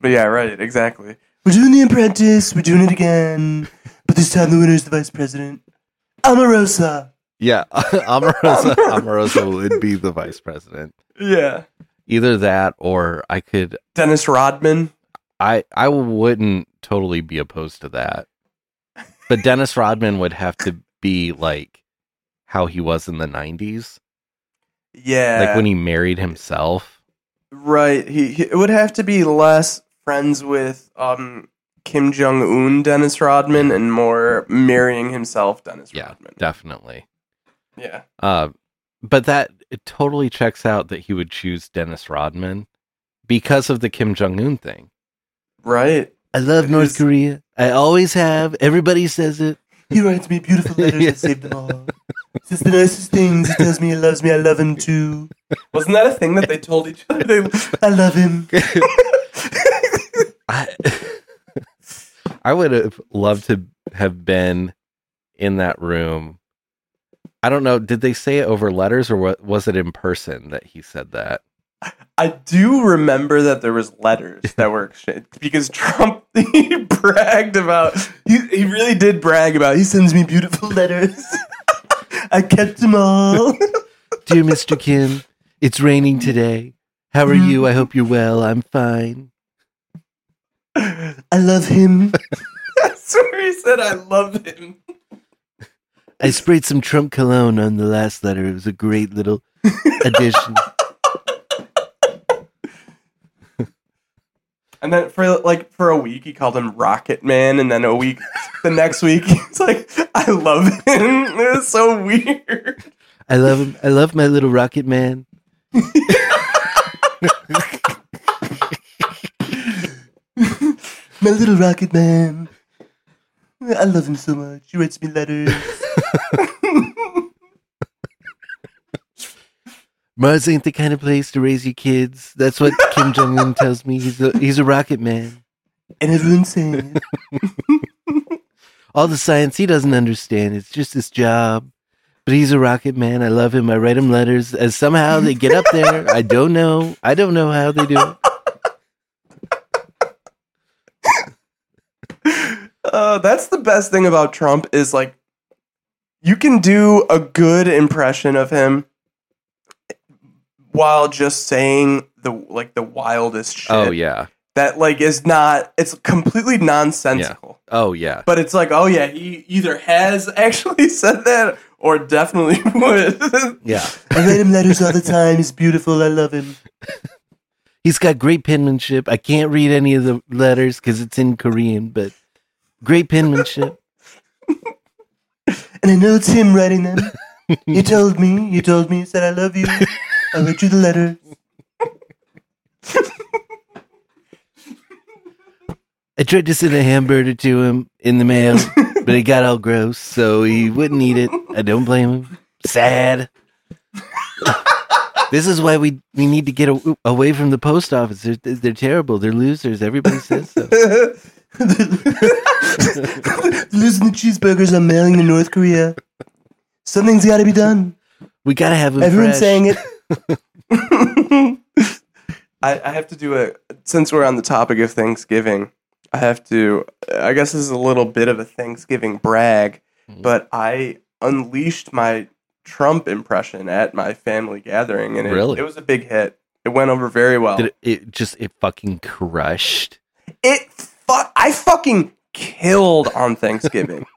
[SPEAKER 3] But yeah, right, exactly. We're doing the apprentice, we're doing it again. But this time the winner's the vice president. Omarosa.
[SPEAKER 1] Yeah, [laughs]
[SPEAKER 3] [laughs]
[SPEAKER 1] Omarosa Omarosa would be the vice president.
[SPEAKER 3] Yeah.
[SPEAKER 1] Either that or I could
[SPEAKER 3] Dennis Rodman.
[SPEAKER 1] I I wouldn't totally be opposed to that. But Dennis Rodman would have to be like how he was in the 90s,
[SPEAKER 3] Yeah.
[SPEAKER 1] like when he married himself.
[SPEAKER 3] Right. He, he it would have to be less friends with um Kim Jong un Dennis Rodman and more marrying himself Dennis
[SPEAKER 1] Yeah,
[SPEAKER 3] Rodman.
[SPEAKER 1] definitely.
[SPEAKER 3] Yeah.
[SPEAKER 1] Uh, but that it totally checks out that he would choose Dennis Rodman because of the Kim Jong Un thing.
[SPEAKER 3] Right.
[SPEAKER 5] I love
[SPEAKER 3] North Is-
[SPEAKER 5] Korea. I always have. Everybody says it.
[SPEAKER 6] He writes me beautiful
[SPEAKER 1] [laughs]
[SPEAKER 6] letters. I save them all. Says the nicest things. He tells me he loves me. I love him too.
[SPEAKER 3] Wasn't that a thing that they told each other? They-
[SPEAKER 6] I love him.
[SPEAKER 1] I, [laughs] I would have loved to have been in that room. I don't know. Did they say it over letters or wa- was it in person that he said that?
[SPEAKER 3] I do remember that there was letters
[SPEAKER 6] [laughs]
[SPEAKER 3] that were exchanged because Trump [laughs] he bragged about he, he really did brag about he sends me beautiful letters. [laughs]
[SPEAKER 6] I kept them all.
[SPEAKER 5] Dear Mr. Kim, it's raining today. How are you? I hope you're well. I'm fine.
[SPEAKER 6] I love him.
[SPEAKER 3] [laughs] I swear he said I love him.
[SPEAKER 5] I sprayed some Trump cologne on the last letter. It was a great
[SPEAKER 1] [laughs]
[SPEAKER 5] little addition.
[SPEAKER 3] And then for like for a week he called him Rocket Man and then a week the next week [laughs] he's like I love him. [laughs] It was so weird.
[SPEAKER 5] I love him. I love my little rocket man.
[SPEAKER 6] My little rocket man. I love him so much. He writes me letters.
[SPEAKER 5] Mars ain't the kind of place to raise your kids. That's what Kim Jong Un tells me. He's a he's a rocket man.
[SPEAKER 6] And everyone's saying it.
[SPEAKER 5] All the science he doesn't understand. It's just his job. But he's a rocket man. I love him. I write him letters. As somehow they get up there. I don't know. I don't know how they do it.
[SPEAKER 3] [laughs] Uh, that's the best thing about Trump is like you can do a good impression of him while just saying the like the wildest shit.
[SPEAKER 1] Oh, yeah.
[SPEAKER 3] That like is not it's completely nonsensical.
[SPEAKER 1] Oh, yeah.
[SPEAKER 3] But it's like, oh yeah, he either has [laughs] actually said that or definitely [laughs] would.
[SPEAKER 7] Yeah.
[SPEAKER 8] I write him letters all the time. He's beautiful. I love him.
[SPEAKER 1] He's got great penmanship. I can't read any of the letters because it's in Korean, but great penmanship.
[SPEAKER 8] And I know it's him writing them. You told me. You told me. You said, I love you. I wrote you the letter. [laughs]
[SPEAKER 1] I tried to send a hamburger to him in the mail, but it got all gross, so he wouldn't eat it. I don't blame him. Sad. [laughs] this is why we, we need to get a, away from the post office. They're, they're terrible. They're losers. Everybody says so.
[SPEAKER 8] Losing the cheeseburgers I'm mailing to North Korea. Something's got to be done.
[SPEAKER 1] We gotta have them.
[SPEAKER 8] Everyone's
[SPEAKER 1] fresh.
[SPEAKER 8] saying it.
[SPEAKER 7] [laughs]
[SPEAKER 3] I, I have to do a since we're on the topic of Thanksgiving. I have to. I guess this is a little bit of a Thanksgiving brag,
[SPEAKER 7] Mm-hmm.
[SPEAKER 3] but I unleashed my Trump impression at my family gathering, and it,
[SPEAKER 7] Really?
[SPEAKER 3] it was a big hit. It went over very well.
[SPEAKER 7] Did
[SPEAKER 3] It,
[SPEAKER 7] it, it just it fucking crushed.
[SPEAKER 3] fu- I fucking killed on
[SPEAKER 7] [laughs]
[SPEAKER 3] Thanksgiving.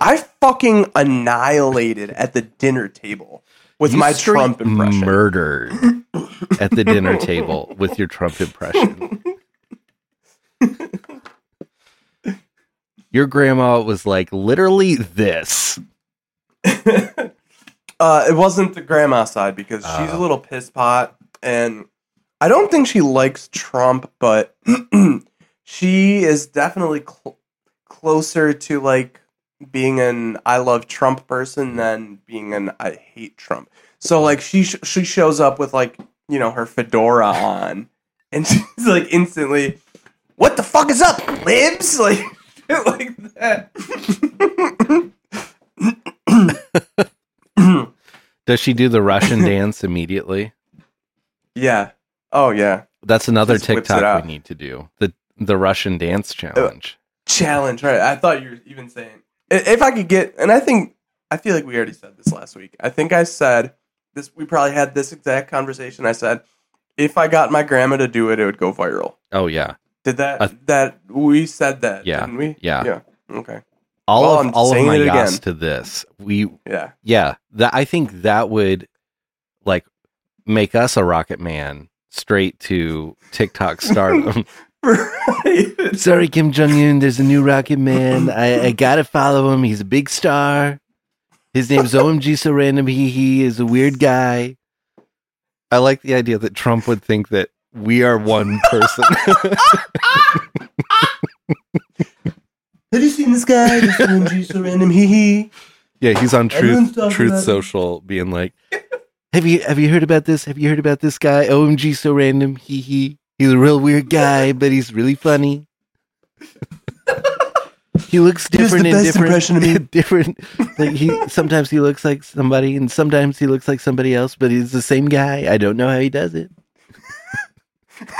[SPEAKER 3] I fucking annihilated at the dinner table with
[SPEAKER 7] You
[SPEAKER 3] my
[SPEAKER 7] straight
[SPEAKER 3] Trump impression.
[SPEAKER 7] Murdered at the dinner table with your Trump impression. Your grandma was like literally this.
[SPEAKER 3] Uh, it wasn't the grandma side because she's a
[SPEAKER 7] Oh.
[SPEAKER 3] little piss pot, and I don't think she likes Trump, but [clears throat] she is definitely cl- closer to like being an I love Trump person than being an I hate Trump. So like she sh- she shows up with like you know her fedora on, [laughs] and she's like instantly, "What the fuck is up, libs?" [laughs] Like like that. [laughs]
[SPEAKER 7] Does she do
[SPEAKER 3] [laughs]
[SPEAKER 7] the Russian dance immediately?
[SPEAKER 3] yeah. Oh yeah.
[SPEAKER 7] That's another
[SPEAKER 3] Just whips it Uh,
[SPEAKER 7] TikTok
[SPEAKER 3] out.
[SPEAKER 7] we need to do. The the Russian dance challenge.
[SPEAKER 3] challenge, right? I thought you were even saying I- if I could get, and I think I feel like we already said this last week. I think I said this. We probably had this exact conversation. I said if I got my grandma to do it, it would go viral.
[SPEAKER 7] Oh yeah.
[SPEAKER 3] Did that?
[SPEAKER 7] Uh,
[SPEAKER 3] that we said that,
[SPEAKER 7] yeah,
[SPEAKER 3] didn't we?
[SPEAKER 7] yeah.
[SPEAKER 3] Yeah. Okay.
[SPEAKER 7] All
[SPEAKER 3] Well,
[SPEAKER 7] of
[SPEAKER 3] I'm
[SPEAKER 7] all of
[SPEAKER 3] saying
[SPEAKER 7] my
[SPEAKER 3] it
[SPEAKER 7] yes
[SPEAKER 3] again.
[SPEAKER 7] to this. We
[SPEAKER 3] Yeah. [laughs]
[SPEAKER 7] yeah that i think that would like make us a rocket man straight to tiktok stardom
[SPEAKER 3] Right.
[SPEAKER 1] Sorry, Kim Jong Un. There's a new Rocket Man. I, I gotta follow him. He's a big star. His name's OMG So Random. He he is a weird guy.
[SPEAKER 7] i like the idea that trump would think that we are
[SPEAKER 1] [laughs]
[SPEAKER 7] one person [laughs]
[SPEAKER 8] Have you seen this guy? This OMG so random. Hee hee.
[SPEAKER 7] yeah he's on
[SPEAKER 8] Everyone's
[SPEAKER 7] truth
[SPEAKER 8] talking
[SPEAKER 7] truth
[SPEAKER 8] about it.
[SPEAKER 7] social being like
[SPEAKER 1] Have you have you heard about this? Have you heard about this guy? OMG So Random. He he. He's a real weird guy, but he's really funny. He looks
[SPEAKER 8] He was the
[SPEAKER 1] different and
[SPEAKER 8] best
[SPEAKER 1] different.
[SPEAKER 8] impression of me.
[SPEAKER 1] [laughs] different. Like he sometimes he looks like somebody, and sometimes he looks like somebody else, but he's the same guy. I don't know how he does it.
[SPEAKER 3] [laughs]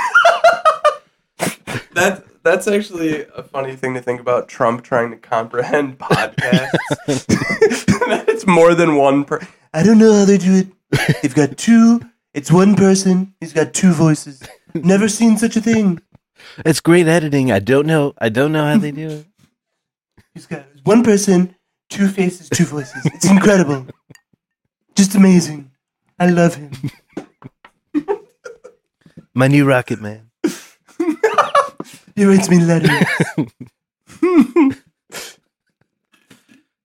[SPEAKER 3] That that's actually a funny thing to think about. Trump trying to comprehend [laughs] podcasts. it's more than one per.
[SPEAKER 8] I don't know how they do it. They've got two. It's one person. He's got two voices. Never seen such a thing.
[SPEAKER 1] It's great editing. I don't know. I don't know how they do it.
[SPEAKER 8] He's got one person, two faces, two voices. It's incredible. Just amazing. I love him.
[SPEAKER 1] My new Rocket Man.
[SPEAKER 8] He writes me letters.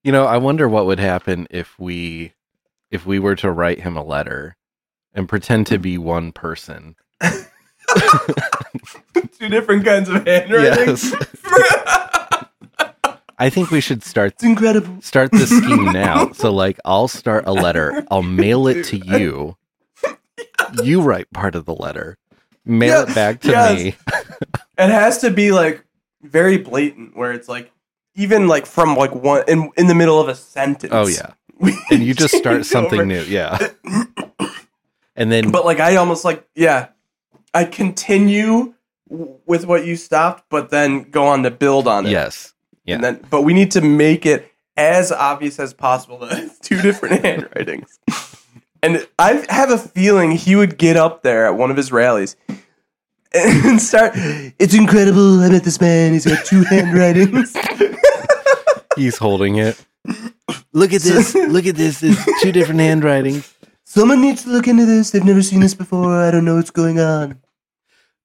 [SPEAKER 7] you know i wonder what would happen if we if we were to write him a letter and pretend to be one person
[SPEAKER 3] Two different kinds of handwriting.
[SPEAKER 7] Yes. i think we should start
[SPEAKER 8] It's incredible.
[SPEAKER 7] start this
[SPEAKER 8] [laughs]
[SPEAKER 7] scheme now. So like I'll start a letter. I'll mail it to
[SPEAKER 8] [laughs]
[SPEAKER 7] you. You write part of the letter. Mail
[SPEAKER 3] Yeah,
[SPEAKER 7] it back to
[SPEAKER 3] yes.
[SPEAKER 7] me.
[SPEAKER 3] it has to be like very blatant where it's like even like from like one in in the middle of a sentence
[SPEAKER 7] Oh yeah.
[SPEAKER 3] We
[SPEAKER 7] And you just start
[SPEAKER 3] change [laughs]
[SPEAKER 7] something
[SPEAKER 3] over.
[SPEAKER 7] new. Yeah. And then
[SPEAKER 3] but like i almost like yeah i continue w- with what you stopped but then go on to build on it
[SPEAKER 7] yes. yeah.
[SPEAKER 3] and then but we need to make it as obvious as possible that it's two different [laughs] handwritings and i have a feeling he would get up there at one of his rallies and [laughs] start
[SPEAKER 8] It's incredible. I [laughs] met this man. He's got two handwritings.
[SPEAKER 7] He's holding it.
[SPEAKER 1] Look at
[SPEAKER 7] [laughs]
[SPEAKER 1] this. Look at this. It's two different handwritings.
[SPEAKER 8] Someone needs to look into this. They've never seen this before. I don't know what's going on.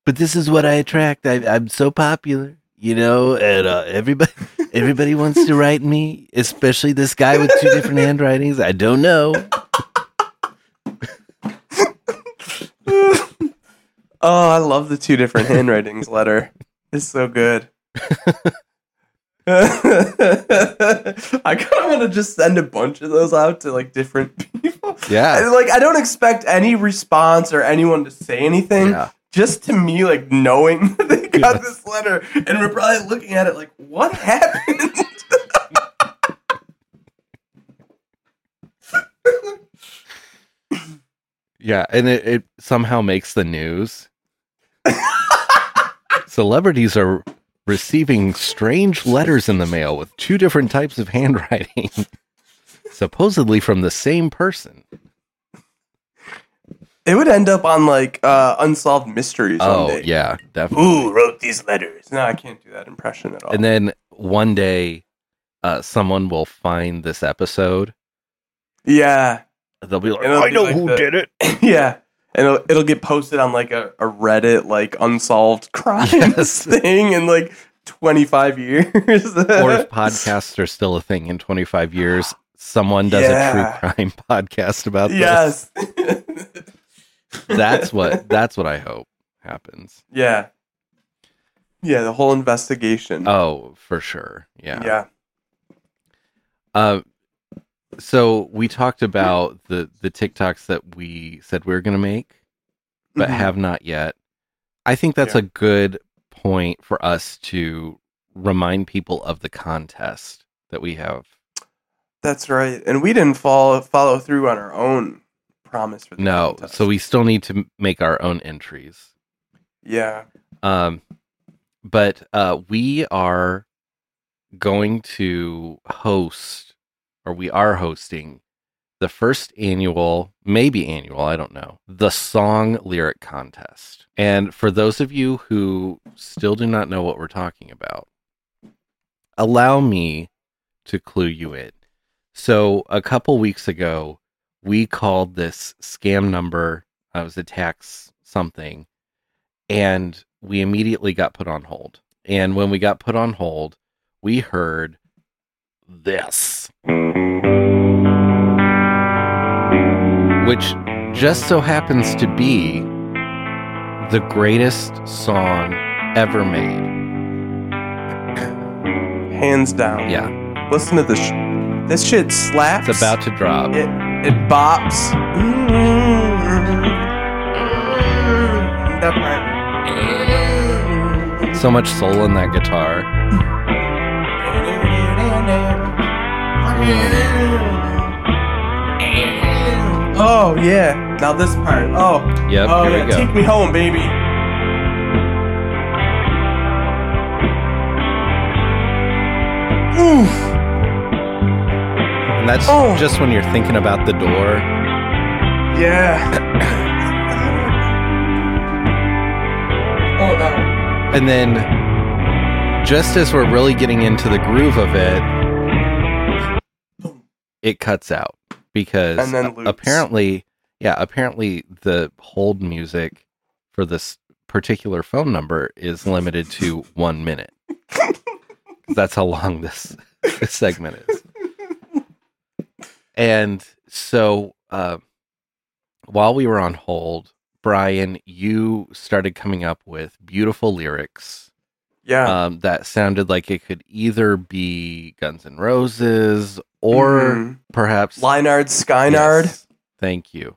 [SPEAKER 1] But this is what I attract. I, I'm so popular, you know, and uh, everybody everybody wants to write me, especially this guy with two different handwritings. I don't know.
[SPEAKER 3] Oh, I love the two different handwritings letter. It's so good. [laughs] I kind of want to just send a bunch of those out to like different people. I,
[SPEAKER 7] Yeah.
[SPEAKER 3] like I don't expect any response or anyone to say anything.
[SPEAKER 7] Yeah.
[SPEAKER 3] Just to me, like knowing [laughs] that they got this letter, and we're probably looking at it like, what happened? [laughs]
[SPEAKER 7] Yeah. And it, it somehow makes the news. Celebrities are receiving strange letters in the mail with two different types of [laughs] handwriting, supposedly from the same person.
[SPEAKER 3] it would end up on like uh, unsolved mysteries.
[SPEAKER 7] Oh,
[SPEAKER 3] someday.
[SPEAKER 7] yeah. Definitely.
[SPEAKER 3] Who wrote these letters? No, I can't do that impression at all.
[SPEAKER 7] And then one day, uh, someone will find this episode.
[SPEAKER 3] yeah,
[SPEAKER 7] They'll be like,
[SPEAKER 3] It'll
[SPEAKER 7] I
[SPEAKER 3] be
[SPEAKER 7] know
[SPEAKER 3] like
[SPEAKER 7] who
[SPEAKER 3] the- [laughs]
[SPEAKER 7] did it.
[SPEAKER 3] yeah, and it'll, it'll get posted on like a, a Reddit like unsolved [laughs] crimes
[SPEAKER 7] Yes.
[SPEAKER 3] thing in like twenty five [laughs] years.
[SPEAKER 7] Or if podcasts are still a thing in 25 years, someone does
[SPEAKER 3] Yeah.
[SPEAKER 7] a true crime [laughs] podcast about this.
[SPEAKER 3] yes, [laughs]
[SPEAKER 7] That's what that's what I hope happens.
[SPEAKER 3] yeah, yeah, the whole investigation.
[SPEAKER 7] Oh, for sure. Yeah.
[SPEAKER 3] yeah,
[SPEAKER 7] Uh, so we talked about the the TikToks that we said we were going to make, but
[SPEAKER 3] Mhm.
[SPEAKER 7] have not yet. I think that's
[SPEAKER 3] Yeah.
[SPEAKER 7] a good point for us to remind people of the contest that we have.
[SPEAKER 3] that's right. And we didn't follow follow through on our own promise for the
[SPEAKER 7] No,
[SPEAKER 3] contest.
[SPEAKER 7] so we still need to m- make our own entries.
[SPEAKER 3] yeah
[SPEAKER 7] Um, but uh, we are going to host, or we are hosting, the first annual, maybe annual, I don't know, the song lyric contest. And for those of you who still do not know what we're talking about, allow me to clue you in. So a couple weeks ago, we called this scam number. I was a tax something and we immediately got put on hold. And when we got put on hold, we heard this, which just so happens to be the greatest song ever made.
[SPEAKER 3] hands down.
[SPEAKER 7] Yeah,
[SPEAKER 3] Listen to this. Sh- this shit slaps.
[SPEAKER 7] it's about to drop.
[SPEAKER 3] It it bops. That part.
[SPEAKER 7] So much soul in that guitar.
[SPEAKER 3] Oh yeah. Now this part. Oh.
[SPEAKER 7] Yep,
[SPEAKER 3] oh
[SPEAKER 7] here
[SPEAKER 3] yeah.
[SPEAKER 7] we go.
[SPEAKER 3] Take me home, baby. Oof.
[SPEAKER 7] And that's
[SPEAKER 3] Oh.
[SPEAKER 7] just when you're thinking about the door. [coughs]
[SPEAKER 3] Yeah. oh no.
[SPEAKER 7] And then just as we're really getting into the groove of it, it cuts out because
[SPEAKER 3] And then
[SPEAKER 7] a-
[SPEAKER 3] loops.
[SPEAKER 7] apparently yeah apparently the hold music for this particular phone number is limited to
[SPEAKER 3] [laughs]
[SPEAKER 7] one minute that's how long this, [laughs] this segment is and so uh, while we were on hold brian you started coming up with beautiful lyrics
[SPEAKER 3] Yeah.
[SPEAKER 7] um, that sounded like it could either be guns N' roses or
[SPEAKER 3] Mhm.
[SPEAKER 7] perhaps
[SPEAKER 3] Leinard Skynard.
[SPEAKER 7] Yes. Thank you.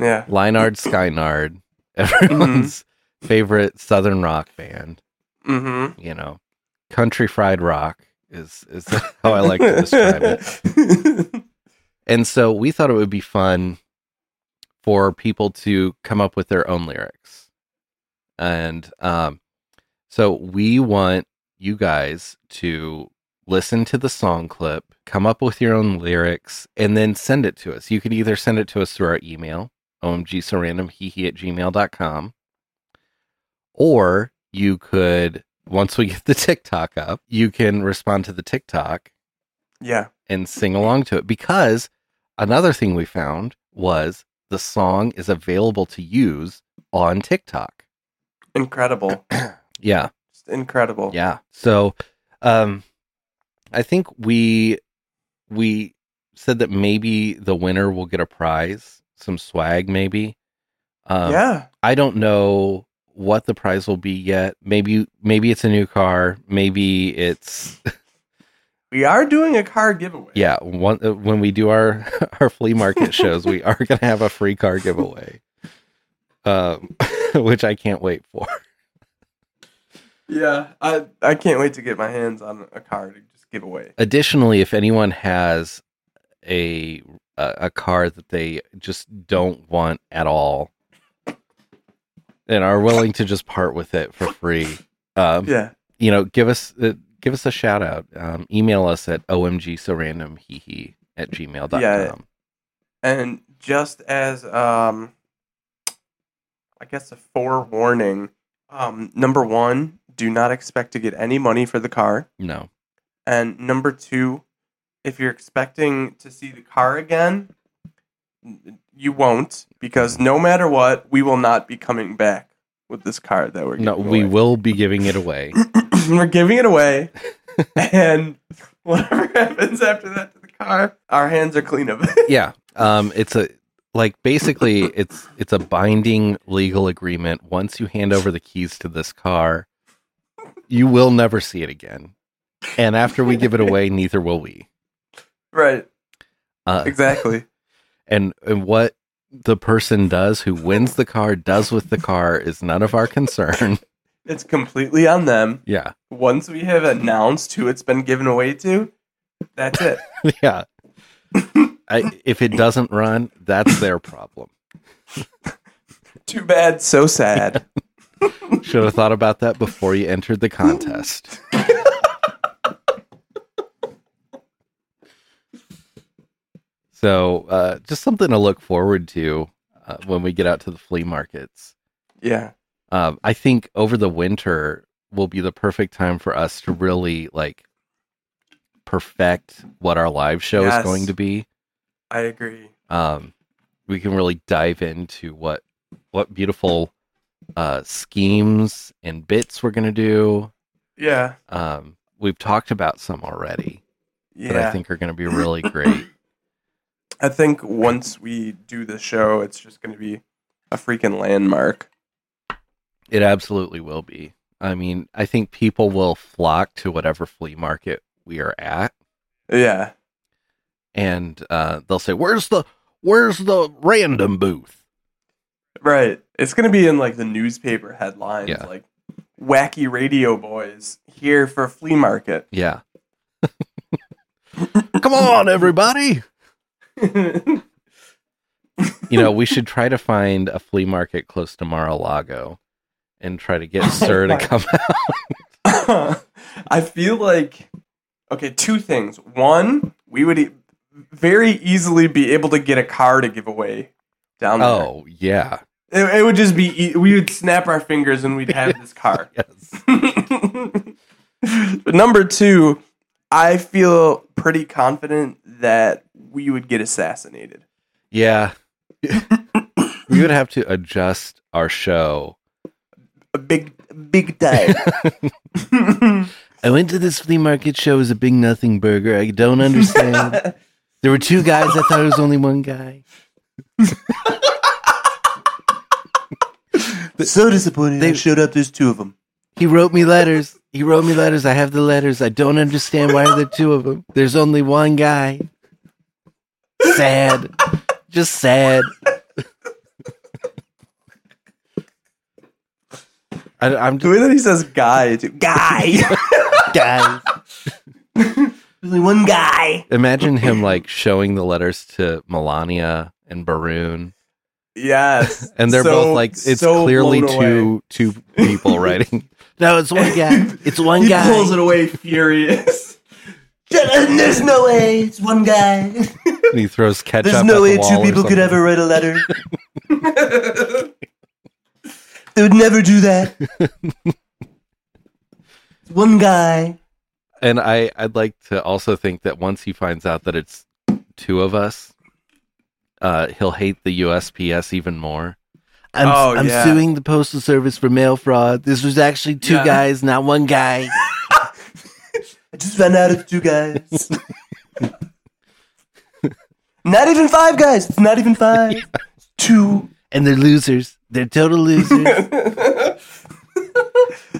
[SPEAKER 3] Yeah.
[SPEAKER 7] Leinard Skynard, [laughs] everyone's favorite southern rock band,
[SPEAKER 3] Mm-hmm.
[SPEAKER 7] you know. Country fried rock is is [laughs] how I like to
[SPEAKER 3] [laughs]
[SPEAKER 7] describe it.
[SPEAKER 3] it.
[SPEAKER 7] And so we thought it would be fun for people to come up with their own lyrics. And um, so we want you guys to listen to the song clip, come up with your own lyrics, and then send it to us. You can either send it to us through our email, omgsorandomhehe at gmail.com, or you [laughs] could, once we get the TikTok up, you can respond to the TikTok
[SPEAKER 3] [laughs] yeah.
[SPEAKER 7] and sing along to it because another thing we found was the song is available to use on TikTok.
[SPEAKER 3] Incredible.
[SPEAKER 7] Yeah.
[SPEAKER 3] Just incredible.
[SPEAKER 7] Yeah. So um I think we we said that maybe the winner will get a prize, some swag maybe. Um
[SPEAKER 3] yeah.
[SPEAKER 7] I don't know what the prize will be yet. Maybe maybe it's a new car, maybe it's
[SPEAKER 3] We are doing a car giveaway.
[SPEAKER 7] yeah, one, uh, when we do our [laughs] our flea market shows, we are going to have a free car giveaway. Um [laughs] which I can't wait for.
[SPEAKER 3] Yeah. I, I can't wait to get my hands on a car to just give away.
[SPEAKER 7] additionally if anyone has a a, a car that they just don't want at all and are willing to just part with it for free um
[SPEAKER 3] Yeah.
[SPEAKER 7] you know give us uh, give us a shout out um email us at omg so random hee hee at gmail.com
[SPEAKER 3] Yeah. And just as um I guess a forewarning, um number 1, do not expect to get any money for the car.
[SPEAKER 7] no
[SPEAKER 3] And number 2, if you're expecting to see the car again, you won't because no matter what, we will not be coming back with this car that we're
[SPEAKER 7] no
[SPEAKER 3] giving
[SPEAKER 7] we
[SPEAKER 3] away.
[SPEAKER 7] will be giving it away
[SPEAKER 3] [laughs] we're giving it away and whatever [laughs] happens after that to the car, our hands are clean of it. [laughs]
[SPEAKER 7] yeah um it's a like basically it's it's a binding legal agreement once you hand over the keys to this car you will never see it again and after we give it away neither will we
[SPEAKER 3] right.
[SPEAKER 7] uh,
[SPEAKER 3] Exactly.
[SPEAKER 7] and and what the person does who wins the car does with the car is none of our concern [laughs]
[SPEAKER 3] It's completely on them.
[SPEAKER 7] yeah
[SPEAKER 3] Once we have announced who it's been given away to, that's it.
[SPEAKER 7] yeah I, if it doesn't run that's their problem
[SPEAKER 3] Too bad, so sad.
[SPEAKER 7] should have thought about that before you entered the contest So uh, just something to look forward to uh, when we get out to the flea markets.
[SPEAKER 3] Yeah.
[SPEAKER 7] Um, I think over the winter will be the perfect time for us to really like perfect what our live show
[SPEAKER 3] Yes.
[SPEAKER 7] is going to be.
[SPEAKER 3] I agree.
[SPEAKER 7] Um, we can really dive into what what beautiful uh, schemes and bits we're going to do.
[SPEAKER 3] Yeah.
[SPEAKER 7] Um, we've talked about some already
[SPEAKER 3] Yeah.
[SPEAKER 7] that I think are going to be really great.
[SPEAKER 3] I think once we do the show, it's just going to be a freaking landmark.
[SPEAKER 7] It absolutely will be. I mean, I think people will flock to whatever flea market we are at,
[SPEAKER 3] Yeah.
[SPEAKER 7] and uh, they'll say, "Where's the Where's the random booth?"
[SPEAKER 3] Right. It's going to be in like the newspaper headlines
[SPEAKER 7] Yeah.
[SPEAKER 3] like wacky radio boys here for flea market. [laughs]
[SPEAKER 7] Yeah. [laughs] Come on, everybody! You know, we should try to find a flea market close to Mar-a-Lago, and try to get Sir to come. [laughs]
[SPEAKER 3] I feel like okay, two things. One, we would e- very easily be able to get a car to give away down there.
[SPEAKER 7] Oh yeah,
[SPEAKER 3] It, it would just be e- we would snap our fingers and we'd have this car.
[SPEAKER 7] [laughs] yes,
[SPEAKER 3] [laughs] But number 2, I feel pretty confident that we would get assassinated.
[SPEAKER 8] [laughs]
[SPEAKER 7] yeah. we would have to adjust our show
[SPEAKER 3] A big big day.
[SPEAKER 1] I went to this flea market show as a big nothing burger. I don't understand.
[SPEAKER 7] [laughs]
[SPEAKER 1] there were two guys. I thought it was only one guy.
[SPEAKER 8] so disappointed. They
[SPEAKER 1] They-
[SPEAKER 8] showed up. There's two of them.
[SPEAKER 1] He wrote me letters. He wrote me letters. I have the letters. I don't understand why are there two of them. There's only one guy. Sad. Just sad.
[SPEAKER 7] I,
[SPEAKER 3] [laughs]
[SPEAKER 7] I'm
[SPEAKER 3] the way that he says guy too. Guy.
[SPEAKER 1] Guys.
[SPEAKER 8] There's only one guy.
[SPEAKER 7] Imagine him like showing the letters to Melania and Barun,
[SPEAKER 3] yes.
[SPEAKER 7] and they're
[SPEAKER 3] So-
[SPEAKER 7] both like it's
[SPEAKER 3] so
[SPEAKER 7] clearly
[SPEAKER 3] blown away.
[SPEAKER 7] two two people
[SPEAKER 8] [laughs]
[SPEAKER 7] writing.
[SPEAKER 1] No, it's one guy. It's one
[SPEAKER 3] He
[SPEAKER 1] guy.
[SPEAKER 3] pulls it away furious. [laughs]
[SPEAKER 8] There's no way. It's one guy.
[SPEAKER 7] and he throws ketchup.
[SPEAKER 8] There's
[SPEAKER 7] at
[SPEAKER 8] no
[SPEAKER 7] the
[SPEAKER 8] way
[SPEAKER 7] wall
[SPEAKER 8] two
[SPEAKER 7] or
[SPEAKER 8] people could
[SPEAKER 7] something.
[SPEAKER 8] ever write a letter.
[SPEAKER 7] [laughs] [laughs]
[SPEAKER 8] they would never do that. It's one guy.
[SPEAKER 7] and I I'd like to also think that once he finds out that it's two of us, uh, he'll hate the USPS even more.
[SPEAKER 1] I'm,
[SPEAKER 3] Oh,
[SPEAKER 1] I'm
[SPEAKER 3] yeah.
[SPEAKER 1] suing the postal service for mail fraud. This was actually two
[SPEAKER 3] Yeah.
[SPEAKER 1] guys, not one guy.
[SPEAKER 8] I just found out it's
[SPEAKER 7] [laughs]
[SPEAKER 8] two guys. not even five guys. It's not
[SPEAKER 7] [laughs]
[SPEAKER 8] even five. It's Two.
[SPEAKER 1] And they're losers. They're total losers.
[SPEAKER 3] [laughs]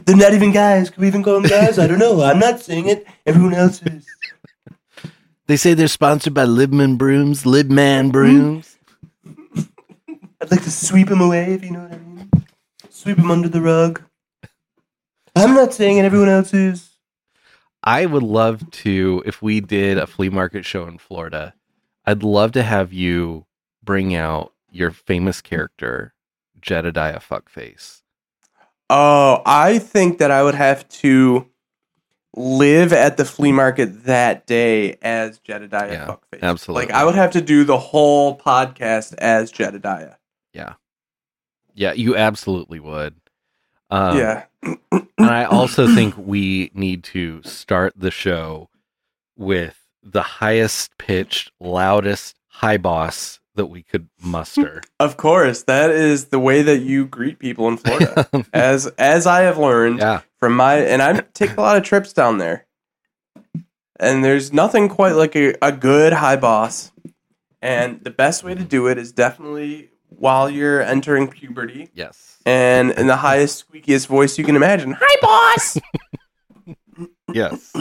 [SPEAKER 8] They're not even guys. Can we even call them guys? I don't know. I'm not saying it. Everyone else is.
[SPEAKER 1] they say they're sponsored by Libman Brooms, Libman Brooms.
[SPEAKER 8] I'd like to sweep him away, if you know what I mean. Sweep him under the rug. I'm not saying it. Everyone else is.
[SPEAKER 7] I would love to if we did a flea market show in Florida. I'd love to have you bring out your famous character, Jedediah Fuckface.
[SPEAKER 3] Oh, I think that I would have to live at the flea market that day as Jedediah
[SPEAKER 7] Yeah,
[SPEAKER 3] Fuckface.
[SPEAKER 7] absolutely.
[SPEAKER 3] Like I would have to do the whole podcast as Jedediah.
[SPEAKER 7] Yeah, you absolutely would. Um,
[SPEAKER 3] yeah.
[SPEAKER 7] And I also think we need to start the show with the highest pitched, loudest high boss that we could muster.
[SPEAKER 3] Of course, that is the way that you greet people in Florida.
[SPEAKER 7] [laughs]
[SPEAKER 3] as as I have learned
[SPEAKER 7] yeah.
[SPEAKER 3] from my and
[SPEAKER 7] [coughs]
[SPEAKER 3] I take a lot of trips down there. And there's nothing quite like a, a good high boss. And the best way to do it is definitely while you're entering puberty.
[SPEAKER 7] Yes.
[SPEAKER 3] and in the highest, squeakiest voice you can imagine. Hi, boss.
[SPEAKER 7] Yes. [clears throat]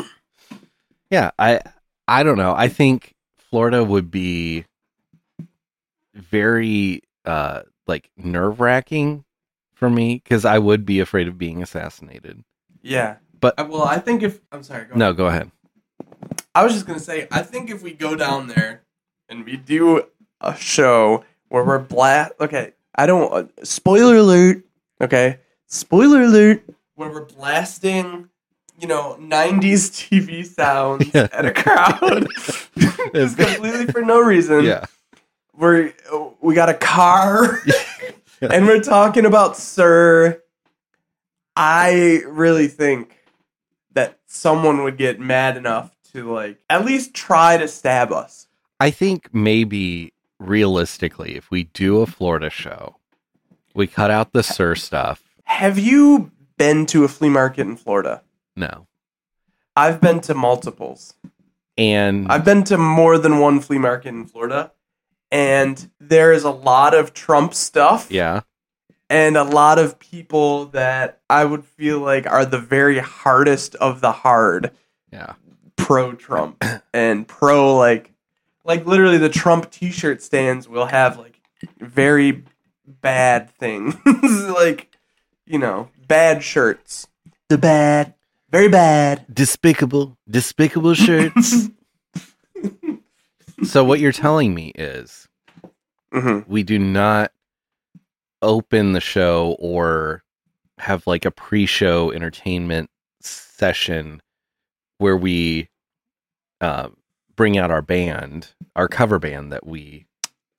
[SPEAKER 7] Yeah, I I don't know. I think Florida would be very uh like nerve-wracking for me cuz I would be afraid of being assassinated.
[SPEAKER 3] yeah,
[SPEAKER 7] But-
[SPEAKER 3] Uh, well, I think if I'm sorry, go
[SPEAKER 7] No, go ahead.
[SPEAKER 3] I was just gonna say, I think if we go down there and we do a show where we're blast, okay, I don't. Uh, spoiler alert. Okay, spoiler alert. Where we're blasting, you know, '90s TV sounds
[SPEAKER 7] [laughs] Yeah.
[SPEAKER 3] at a
[SPEAKER 7] [laughs]
[SPEAKER 3] crowd, just completely for no reason.
[SPEAKER 7] Yeah.
[SPEAKER 3] we're we got a car and we're talking about sir i really think that someone would get mad enough to like at least try to stab us
[SPEAKER 7] I think maybe realistically, if we do a Florida show, we cut out the Sir stuff.
[SPEAKER 3] have you been to a flea market in florida
[SPEAKER 7] No.
[SPEAKER 3] i've been to multiples
[SPEAKER 7] And
[SPEAKER 3] i've been to more than one flea market in florida and there is a lot of trump stuff
[SPEAKER 7] yeah.
[SPEAKER 3] and a lot of people that i would feel like are the very hardest of the hard
[SPEAKER 7] Yeah.
[SPEAKER 3] pro Trump [coughs] and pro like like literally the Trump t-shirt stands will have like very bad things [laughs] like you know bad shirts
[SPEAKER 8] The bad. Very bad.
[SPEAKER 1] Despicable, despicable shirts.
[SPEAKER 7] So what you're telling me is
[SPEAKER 3] hmm
[SPEAKER 7] we do not open the show or have like a pre-show entertainment session where we uh, bring out our band, our cover band that we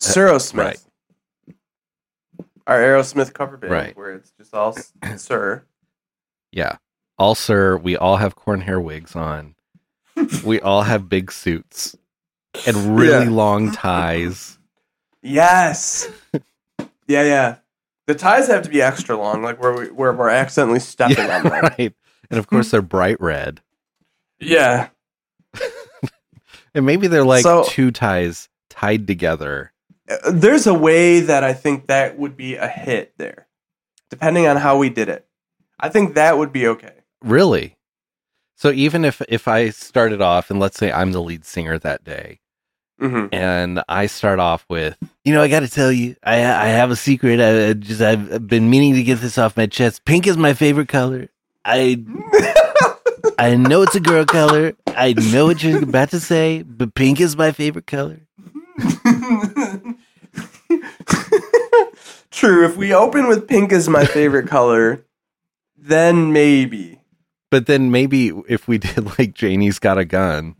[SPEAKER 3] Aerosmith
[SPEAKER 7] right.
[SPEAKER 3] our Aerosmith cover band
[SPEAKER 7] Right.
[SPEAKER 3] where it's just all s- [coughs] sir
[SPEAKER 7] Yeah. All sir, we all have corn hair wigs on. we all have big suits and really
[SPEAKER 3] Yeah.
[SPEAKER 7] long ties.
[SPEAKER 3] yes yeah yeah the ties have to be extra long like where we where we're accidentally stepping on them
[SPEAKER 7] [laughs] right. And of course they're bright red.
[SPEAKER 3] [laughs] yeah
[SPEAKER 7] And maybe they're like
[SPEAKER 3] So-
[SPEAKER 7] two ties tied together.
[SPEAKER 3] Uh, there's a way that I think that would be a hit there, depending on how we did it. I think that would be okay.
[SPEAKER 7] Really? So even if if I started off and let's say I'm the lead singer that day
[SPEAKER 3] hmm
[SPEAKER 7] Mm-hmm. and I start off with
[SPEAKER 1] you know, I got to tell you, I I have a secret. I, I just I've been meaning to get this off my chest. Pink is my favorite color.
[SPEAKER 3] [laughs]
[SPEAKER 1] I I know it's a girl color. I know what you're about to say, but pink is my favorite color.
[SPEAKER 3] True. If we open with pink as my favorite color, then maybe.
[SPEAKER 7] but then maybe if we [laughs] did like Janie's got a gun.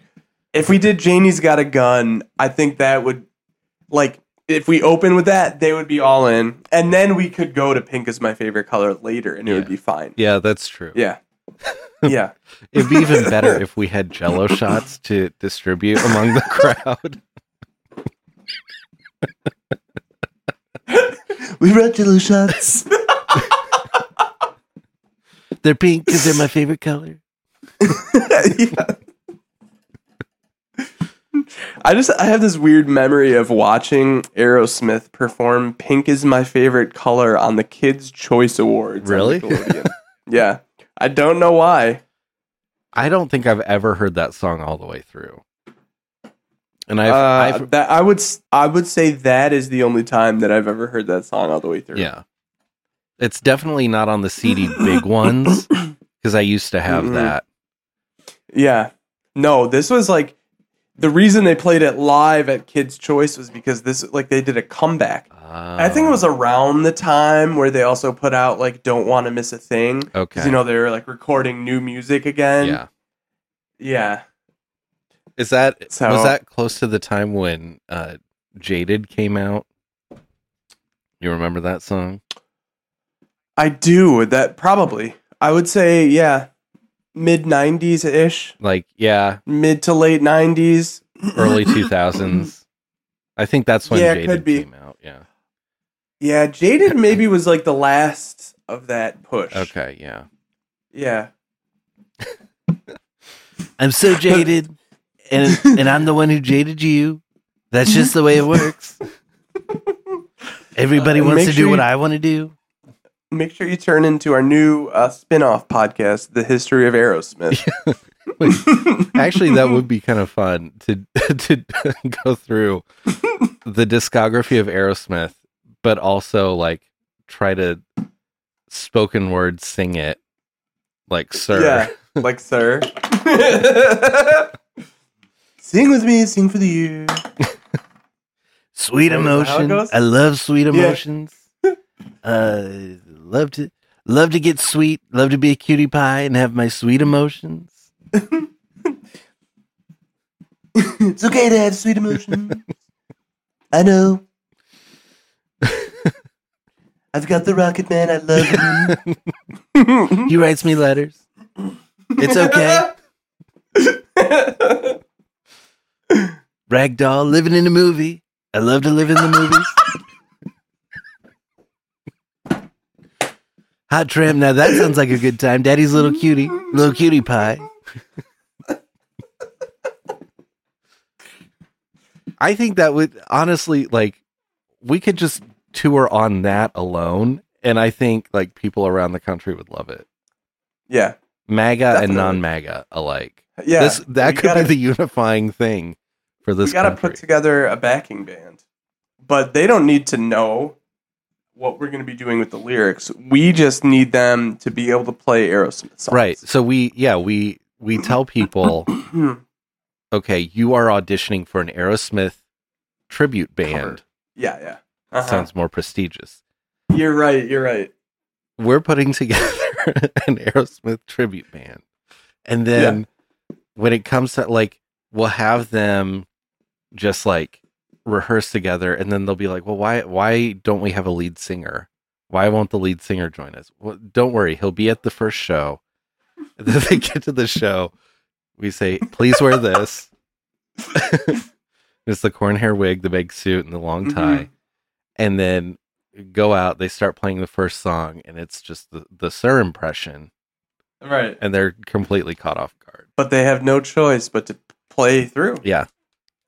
[SPEAKER 3] If we did Janie's Got a Gun, I think that would, like, if we open with that, they would be all in. And then we could go to pink as my favorite color later and it would
[SPEAKER 7] Yeah.
[SPEAKER 3] be fine.
[SPEAKER 7] [laughs] Yeah, that's true.
[SPEAKER 3] Yeah.
[SPEAKER 7] [laughs]
[SPEAKER 3] yeah.
[SPEAKER 7] It'd be even better if we had jello shots to distribute among the crowd. [laughs]
[SPEAKER 8] We brought jello shots.
[SPEAKER 1] They're pink because they're my favorite color.
[SPEAKER 3] yeah. I just I have this weird memory of watching Aerosmith perform "Pink Is My Favorite Color" on the Kids' Choice Awards. on
[SPEAKER 7] Really? [laughs]
[SPEAKER 3] Nickelodeon. yeah, I don't know why.
[SPEAKER 7] I don't think I've ever heard that song all the way through. And I've,
[SPEAKER 3] Uh,
[SPEAKER 7] I've
[SPEAKER 3] that I would s- I would say that is the only time that I've ever heard that song all the way through.
[SPEAKER 7] yeah, it's definitely not on the CD big ones
[SPEAKER 3] [coughs]
[SPEAKER 7] because I used to have
[SPEAKER 3] Mhm.
[SPEAKER 7] that.
[SPEAKER 3] Yeah. No, this was like the reason they played it live at Kids Choice was because this like they did a comeback. I think it
[SPEAKER 7] Um,
[SPEAKER 3] was around the time where they also put out like "Don't Want to Miss a Thing"
[SPEAKER 7] Oh. okay.
[SPEAKER 3] because you know they were like recording new music again.
[SPEAKER 7] yeah,
[SPEAKER 3] Yeah.
[SPEAKER 7] is that
[SPEAKER 3] So-
[SPEAKER 7] was that close to the time when uh, Jaded came out? You remember that song?
[SPEAKER 3] I do that probably. I would say yeah, mid '90s ish,
[SPEAKER 7] Like, yeah,
[SPEAKER 3] mid to late '90s. [coughs]
[SPEAKER 7] early two thousands. I think that's when
[SPEAKER 3] Yeah, it
[SPEAKER 7] Jaded
[SPEAKER 3] could be.
[SPEAKER 7] came out. Yeah.
[SPEAKER 3] Yeah, Jaded maybe was like the last of that push.
[SPEAKER 7] Okay. Yeah.
[SPEAKER 3] Yeah.
[SPEAKER 1] I'm
[SPEAKER 3] [laughs]
[SPEAKER 1] so jaded, and and I'm the one who jaded you. That's just the way it
[SPEAKER 3] [laughs]
[SPEAKER 1] works. Everybody
[SPEAKER 3] Uh,
[SPEAKER 1] wants
[SPEAKER 3] make
[SPEAKER 1] to
[SPEAKER 3] sure
[SPEAKER 1] do what
[SPEAKER 3] you-
[SPEAKER 1] I want to do.
[SPEAKER 3] Make sure you turn into our new uh, spin-off podcast, The History of Aerosmith.
[SPEAKER 7] Actually, that
[SPEAKER 3] [laughs]
[SPEAKER 7] would be kind of fun to [laughs] to go through the discography of Aerosmith, but also like try to spoken word sing it like [laughs] sir.
[SPEAKER 3] Yeah, like sir. [laughs]
[SPEAKER 8] sing with me, sing for the year.
[SPEAKER 1] Sweet
[SPEAKER 3] Is that how it
[SPEAKER 1] emotion.
[SPEAKER 3] goes?
[SPEAKER 1] I love sweet
[SPEAKER 3] Yeah. [laughs]
[SPEAKER 1] emotions. uh, love to love to get sweet. Love to be a cutie pie and have my sweet emotions.
[SPEAKER 8] It's okay to have sweet emotion. I know. I've got the Rocket Man. I love him.
[SPEAKER 1] He writes me letters. It's okay. Ragdoll living in a movie. I love to live in the movies. Hot tram. Now that sounds like a good time. Daddy's little cutie, little cutie pie.
[SPEAKER 7] I think that would honestly like we could just tour on that alone, and I think like people around the country would love it.
[SPEAKER 3] yeah,
[SPEAKER 7] MAGA and
[SPEAKER 3] Definitely.
[SPEAKER 7] non-MAGA alike.
[SPEAKER 3] yeah.
[SPEAKER 7] This that
[SPEAKER 3] We
[SPEAKER 7] could
[SPEAKER 3] gotta-
[SPEAKER 7] be the unifying thing for this
[SPEAKER 3] we gotta
[SPEAKER 7] country.
[SPEAKER 3] put together a backing band, but they don't need to know what we're gonna be doing with the lyrics. We just need them to be able to play Aerosmith songs. [clears throat]
[SPEAKER 7] Right. So we yeah, we we
[SPEAKER 3] [laughs]
[SPEAKER 7] tell people, okay, you are auditioning for an Aerosmith tribute band.
[SPEAKER 3] yeah, yeah. Uh-huh.
[SPEAKER 7] Sounds more prestigious.
[SPEAKER 3] You're right. You're right.
[SPEAKER 7] We're putting [laughs] together an Aerosmith tribute band. And then when it comes to like we'll have them just like rehearse together and then they'll be like, "Well, why why don't we have a lead singer? Why won't the lead singer join us?" Well, don't worry, he'll be at the first show. [laughs] And then they get to the show. We say, "Please wear this." [laughs] it's the corn hair wig, the big suit, and the long tie. And then go out, they start playing the first song and it's just the the sir impression
[SPEAKER 3] Right.
[SPEAKER 7] and they're completely caught off guard.
[SPEAKER 3] But they have no choice but to play through.
[SPEAKER 7] Yeah.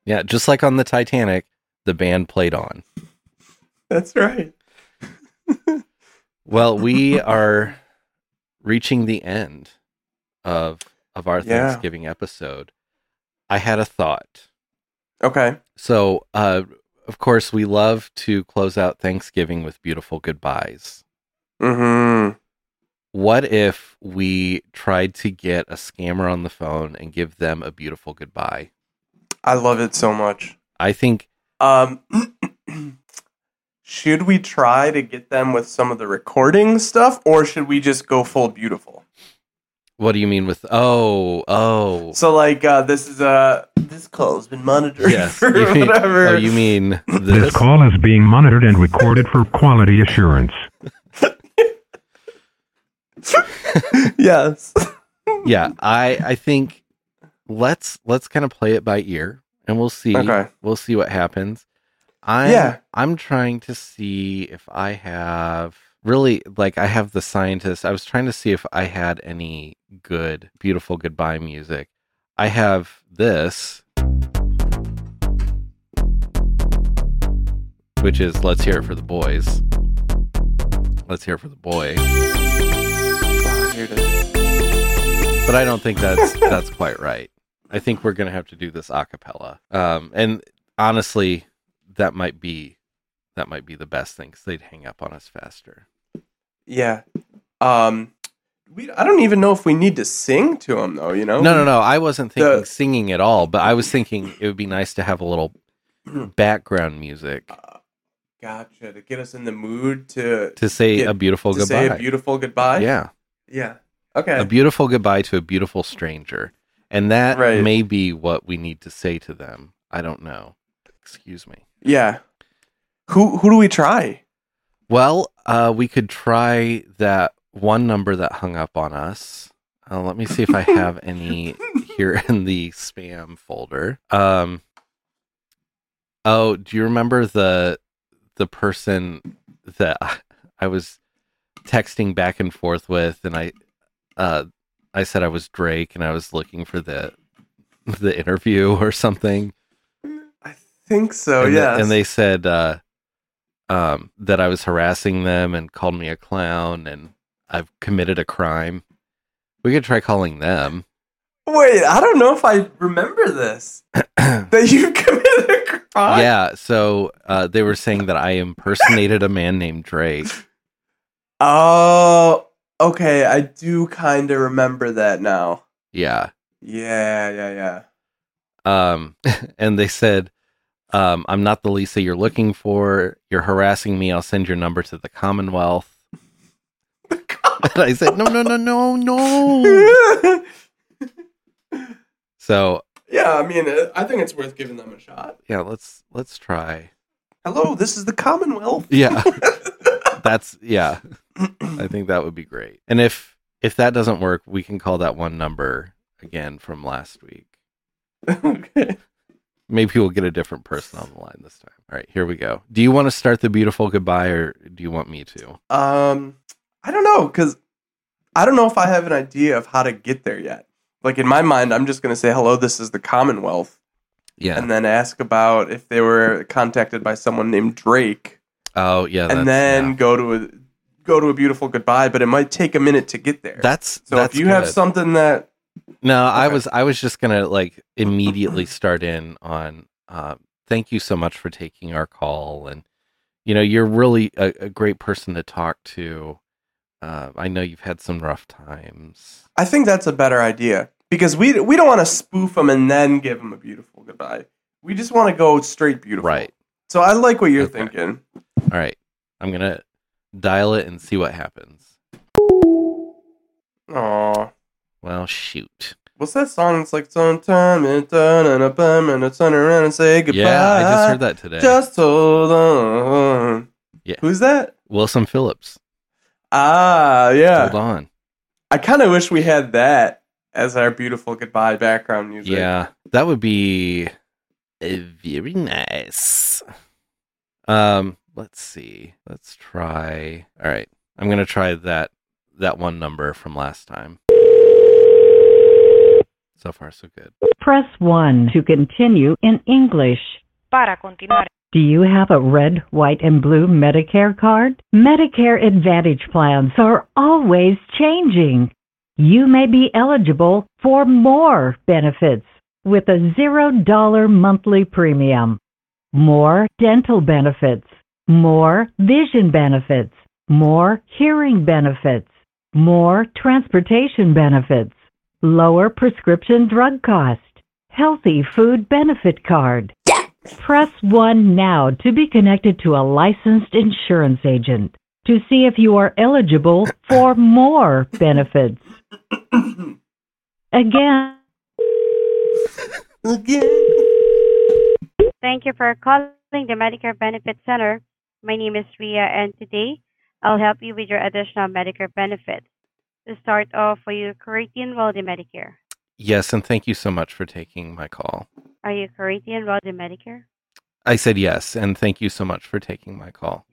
[SPEAKER 7] Yeah. Just like on the Titanic, the band played on.
[SPEAKER 3] That's right.
[SPEAKER 7] Well, we are reaching the end of of our
[SPEAKER 3] Yeah.
[SPEAKER 7] Thanksgiving episode. I had a thought.
[SPEAKER 3] Okay.
[SPEAKER 7] So, uh, of course, we love to close out Thanksgiving with beautiful goodbyes.
[SPEAKER 3] Mm-hmm.
[SPEAKER 7] What if we tried to get a scammer on the phone and give them a beautiful goodbye?
[SPEAKER 3] I love it so much.
[SPEAKER 7] I think
[SPEAKER 3] Um, [clears throat] should we try to get them with some of the recording stuff, or should we just go full beautiful?
[SPEAKER 7] what do you mean with oh,
[SPEAKER 3] [laughs]
[SPEAKER 7] oh.
[SPEAKER 3] So, like, uh, this is a
[SPEAKER 8] This call's been
[SPEAKER 3] [laughs]
[SPEAKER 8] monitored.
[SPEAKER 7] Yes.
[SPEAKER 3] or
[SPEAKER 7] You mean-
[SPEAKER 3] whatever.
[SPEAKER 7] [laughs] oh, you mean
[SPEAKER 9] This
[SPEAKER 7] this?
[SPEAKER 9] call is being monitored and recorded for quality assurance.
[SPEAKER 3] yes.
[SPEAKER 7] yeah, I I think let's let's kind of play it by ear and we'll see
[SPEAKER 3] Okay.
[SPEAKER 7] we'll see what happens. I
[SPEAKER 3] Yeah.
[SPEAKER 7] yeah. I'm trying to see if I have really like I have the scientist. I was trying to see if I had any good beautiful goodbye music. I have this which is let's hear it for the boys. Let's hear it for the boy.
[SPEAKER 3] Ah, here it is.
[SPEAKER 7] but I don't think that's [laughs] that's quite right. I think we're gonna have to do this a cappella. Um, and honestly, that might be that might be the best thing because they'd hang up on us faster.
[SPEAKER 3] Yeah. Um, we, I don't even know if we need to sing to him though. You know?
[SPEAKER 7] No, no, no. I wasn't
[SPEAKER 3] Oh, The-
[SPEAKER 7] thinking singing at all, but I was thinking it would be nice to have
[SPEAKER 3] [clears throat]
[SPEAKER 7] a little background music
[SPEAKER 3] Uh, Gotcha. To get us in the mood to
[SPEAKER 7] to say
[SPEAKER 3] Yeah,
[SPEAKER 7] a beautiful
[SPEAKER 3] to say
[SPEAKER 7] goodbye.
[SPEAKER 3] a beautiful goodbye.
[SPEAKER 7] yeah,
[SPEAKER 3] Yeah. Okay.
[SPEAKER 7] a beautiful goodbye to a beautiful stranger, and that
[SPEAKER 3] Right.
[SPEAKER 7] may be what we need to say to them. I don't know. Excuse me.
[SPEAKER 3] yeah. Who who do we try?
[SPEAKER 7] Well, uh, we could try that one number that hung up on us. Uh, let me see if I have any here in the spam folder. Um, oh, do you remember the the person that I was texting back and forth with, and I uh, I said I was Drake, and I was looking for the the interview or something
[SPEAKER 3] I think so.
[SPEAKER 7] and
[SPEAKER 3] Yeah.
[SPEAKER 7] th- and they said uh, um, that I was harassing them and called me a clown and I've committed a crime. We could try calling them.
[SPEAKER 3] Wait, I don't know if I remember
[SPEAKER 7] [clears throat]
[SPEAKER 3] this. that you [laughs] committed a crime.
[SPEAKER 7] yeah. So uh, they were saying that I impersonated a man named Drake.
[SPEAKER 3] Oh, okay. I do kind of remember that now.
[SPEAKER 7] Yeah.
[SPEAKER 3] Yeah, yeah, yeah.
[SPEAKER 7] Um, [laughs] and they said, um, I'm not the Lisa you're looking for. You're harassing me. I'll send your number to the Commonwealth. [laughs] and I said, no, no, no, no, no.
[SPEAKER 3] Hmm.
[SPEAKER 7] So
[SPEAKER 3] [laughs] yeah, I mean, uh, I think it's worth giving them a shot.
[SPEAKER 7] yeah, let's let's try.
[SPEAKER 3] Hello, this is the Commonwealth.
[SPEAKER 7] Yeah. That's yeah. I think that would be great. And if if that doesn't work, we can call that one number again from last week.
[SPEAKER 3] [laughs] okay.
[SPEAKER 7] Maybe we'll get a different person on the line this time. All right, here we go. Do you want to start the beautiful goodbye or do you want me to?
[SPEAKER 3] Um, I don't know because I don't know if I have an idea of how to get there yet. Like in my mind, I'm just gonna say hello. This is the Commonwealth,
[SPEAKER 7] Yeah.
[SPEAKER 3] and then ask about if they were contacted by someone named Drake.
[SPEAKER 7] oh, yeah.
[SPEAKER 3] and
[SPEAKER 7] that's-
[SPEAKER 3] then
[SPEAKER 7] yeah.
[SPEAKER 3] go to a go to a beautiful goodbye, but it might take a minute to get there.
[SPEAKER 7] that's
[SPEAKER 3] so
[SPEAKER 7] that's
[SPEAKER 3] if you have
[SPEAKER 7] good.
[SPEAKER 3] something that
[SPEAKER 7] No, I
[SPEAKER 3] Okay.
[SPEAKER 7] was I was just gonna like
[SPEAKER 3] [clears throat]
[SPEAKER 7] immediately start in on uh, thank you so much for taking our call, and you know you're really a, a great person to talk to. Uh, I know you've had some rough times.
[SPEAKER 3] I think that's a better idea because we we don't want to spoof them and then give them a beautiful goodbye. We just want to go straight beautiful.
[SPEAKER 7] Right.
[SPEAKER 3] So I like what you're
[SPEAKER 7] Okay.
[SPEAKER 3] thinking.
[SPEAKER 7] All right, I'm gonna dial it and see what happens.
[SPEAKER 3] Aw.
[SPEAKER 7] Well, shoot.
[SPEAKER 3] What's that song? It's like sometime and done and a bum and a turn around and say goodbye.
[SPEAKER 7] Yeah, I just heard that today.
[SPEAKER 3] Just hold on.
[SPEAKER 7] Yeah.
[SPEAKER 3] Who's that?
[SPEAKER 7] Wilson Phillips.
[SPEAKER 3] Ah, yeah.
[SPEAKER 7] Hold on.
[SPEAKER 3] I kind of wish we had that as our beautiful goodbye background music.
[SPEAKER 7] Yeah, that would be uh, very nice. Um, let's see. Let's try. All right, I'm gonna try that that one number from last time. So far, so good.
[SPEAKER 10] Press 1 to continue in English.
[SPEAKER 4] Para continuar,
[SPEAKER 10] Do you have a red, white, and blue Medicare card? Medicare Advantage plans are always changing. You may be eligible for more benefits with a $0 monthly premium, more dental benefits, more vision benefits, more hearing benefits, more transportation benefits, lower prescription drug cost, healthy food benefit card. Press 1 now to be connected to a licensed insurance agent to see if you are eligible for more
[SPEAKER 4] [coughs]
[SPEAKER 10] benefits. Again,
[SPEAKER 4] thank you for calling the Medicare Benefit Center. My name is Ria, and today I'll help you with your additional Medicare benefits. start off your currently enrolled in Medicare.
[SPEAKER 7] Yes, and thank you so much for taking my call.
[SPEAKER 4] Are you currently enrolled in Medicare?
[SPEAKER 7] I said yes, and thank you so much for taking my call.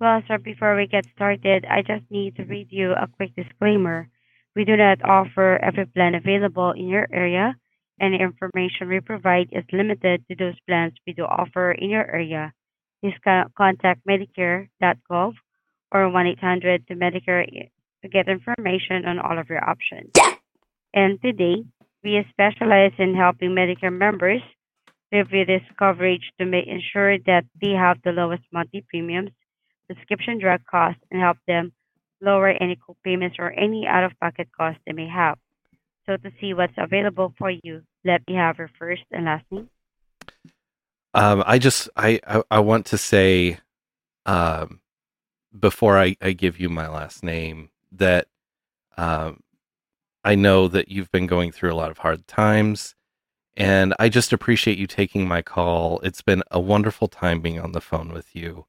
[SPEAKER 4] Well, sir, before we get started, I just need to read you a quick disclaimer. We do not offer every plan available in your area, and the information we provide is limited to those plans we do offer in your area. Please co- contact medicare.gov or 1 800 to Medicare to get information on all of your options. And today, we specialize in helping Medicare members review this coverage to make ensure that they have the lowest monthly premiums prescription drug costs and help them lower any co-payments or any out-of-pocket costs they may have. So to see what's available for you, let me have your first and last name.
[SPEAKER 7] Um, I just I, I I want to say, um, before I I give you my last name that, um, I know that you've been going through a lot of hard times, and I just appreciate you taking my call. It's been a wonderful time being on the phone with you.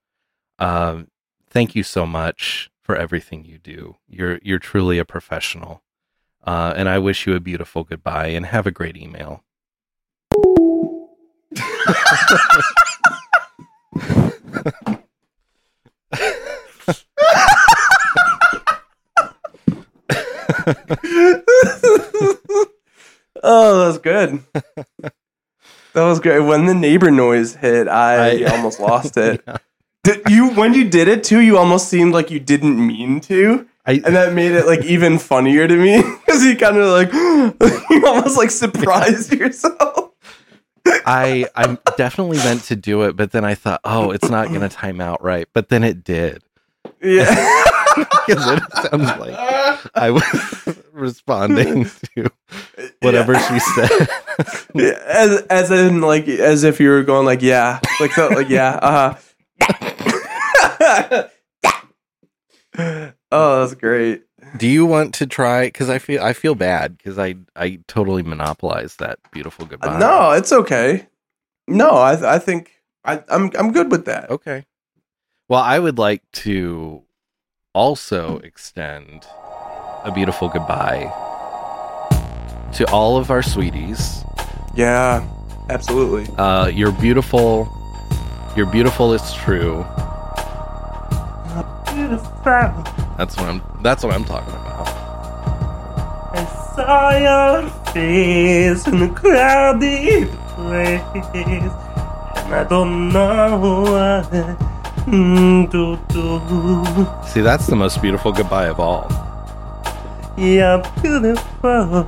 [SPEAKER 7] Um, thank you so much for everything you do. You're you're truly a professional, uh, and I wish you a beautiful goodbye and have a great email. [laughs]
[SPEAKER 3] oh, that's good. That was great. When the neighbor noise hit, I,
[SPEAKER 7] I-
[SPEAKER 3] [laughs] almost lost it. Did you when you did it too? You almost seemed like you didn't mean to,
[SPEAKER 7] I-
[SPEAKER 3] and that made it like even funnier to me [laughs] because you kind of like [laughs] you almost like surprised yourself.
[SPEAKER 7] I I definitely meant to do it, but then I thought, oh, it's not going to time out right. But then it did [laughs]
[SPEAKER 3] Yeah, [laughs]
[SPEAKER 7] because it sounds like I was [laughs] responding to whatever she said.
[SPEAKER 3] Yeah, as as in like as if you were going like yeah, like so, like yeah, uh huh. [laughs] oh, that's great.
[SPEAKER 7] Do you want to try? Because I feel I feel bad because I I totally monopolized that beautiful goodbye.
[SPEAKER 3] Uh, No, it's okay. No, I th- I think I I'm I'm good with that.
[SPEAKER 7] Okay. Well, I would like to also extend a beautiful goodbye to all of our sweeties.
[SPEAKER 3] Yeah, absolutely.
[SPEAKER 7] Uh, you're beautiful. You're beautiful. It's true. That's what I'm. That's what I'm talking about.
[SPEAKER 8] I saw your face in a crowded place, and I don't know what to do.
[SPEAKER 7] See, that's the most beautiful goodbye of all.
[SPEAKER 3] Oh,
[SPEAKER 8] You're beautiful.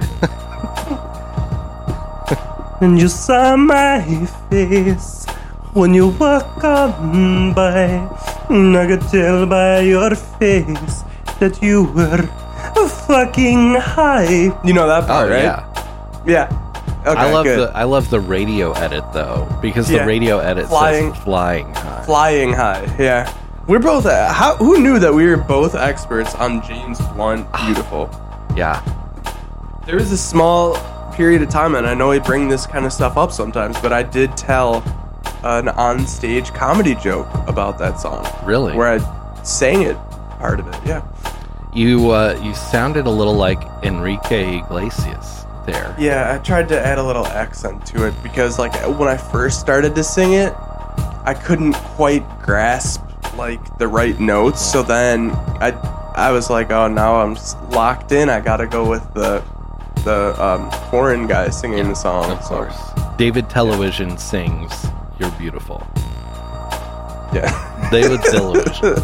[SPEAKER 8] and you saw my face when you walk on by. And I could tell by your face that you were fucking high.
[SPEAKER 3] You know that
[SPEAKER 7] Oh
[SPEAKER 3] part, right?
[SPEAKER 7] yeah.
[SPEAKER 3] Yeah. Okay,
[SPEAKER 7] I love
[SPEAKER 3] good.
[SPEAKER 7] the I love the radio edit though because
[SPEAKER 3] Yeah.
[SPEAKER 7] the radio edit
[SPEAKER 3] Flying.
[SPEAKER 7] says flying high.
[SPEAKER 3] flying high. Yeah. We're both uh, how who knew that we were both experts on James Blunt beautiful.
[SPEAKER 7] yeah.
[SPEAKER 3] There was a small period of time, and I know I bring this kind of stuff up sometimes, but I did tell an on-stage comedy joke about that song
[SPEAKER 7] Really.
[SPEAKER 3] where I sang it part of it. Yeah.
[SPEAKER 7] You uh, you sounded a little like Enrique Iglesias there.
[SPEAKER 3] Yeah, I tried to add a little accent to it because, like, when I first started to sing it, I couldn't quite grasp like the right notes. So then I, I was like, oh, now I'm s- locked in. I gotta go with the, the um, foreign guy singing the song.
[SPEAKER 7] Of
[SPEAKER 3] So,
[SPEAKER 7] course. David Television sings "You're Beautiful."
[SPEAKER 3] yeah. [laughs]
[SPEAKER 7] David Television.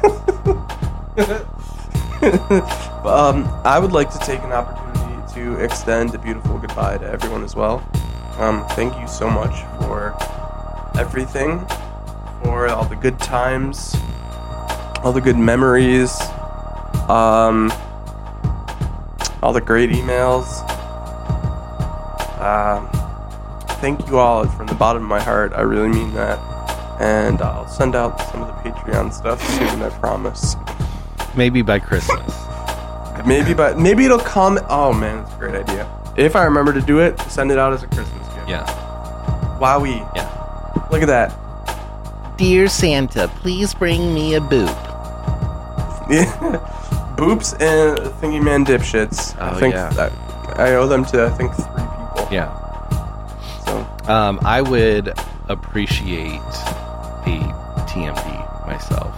[SPEAKER 3] [laughs] um, I would like to take an opportunity to extend a beautiful goodbye to everyone as well. Um, thank you so much for everything, for all the good times, all the good memories, um, all the great emails. Um, thank you all from the bottom of my heart. I really mean that. And I'll send out some of the Patreon stuff soon, I promise.
[SPEAKER 7] Maybe by Christmas.
[SPEAKER 3] Maybe, but maybe it'll come. Oh man, that's a great idea. If I remember to do it, send it out as a Christmas gift.
[SPEAKER 7] Yeah.
[SPEAKER 3] Wowie.
[SPEAKER 7] Yeah.
[SPEAKER 3] Look at that. [laughs]
[SPEAKER 1] Dear Santa, please bring me a boop.
[SPEAKER 3] Yeah. Boops and Thingy Man Dipshits.
[SPEAKER 7] Oh,
[SPEAKER 3] I think
[SPEAKER 7] yeah.
[SPEAKER 3] that- I owe them to I think three people.
[SPEAKER 7] Yeah.
[SPEAKER 3] So
[SPEAKER 7] Um, I would appreciate a TMD myself.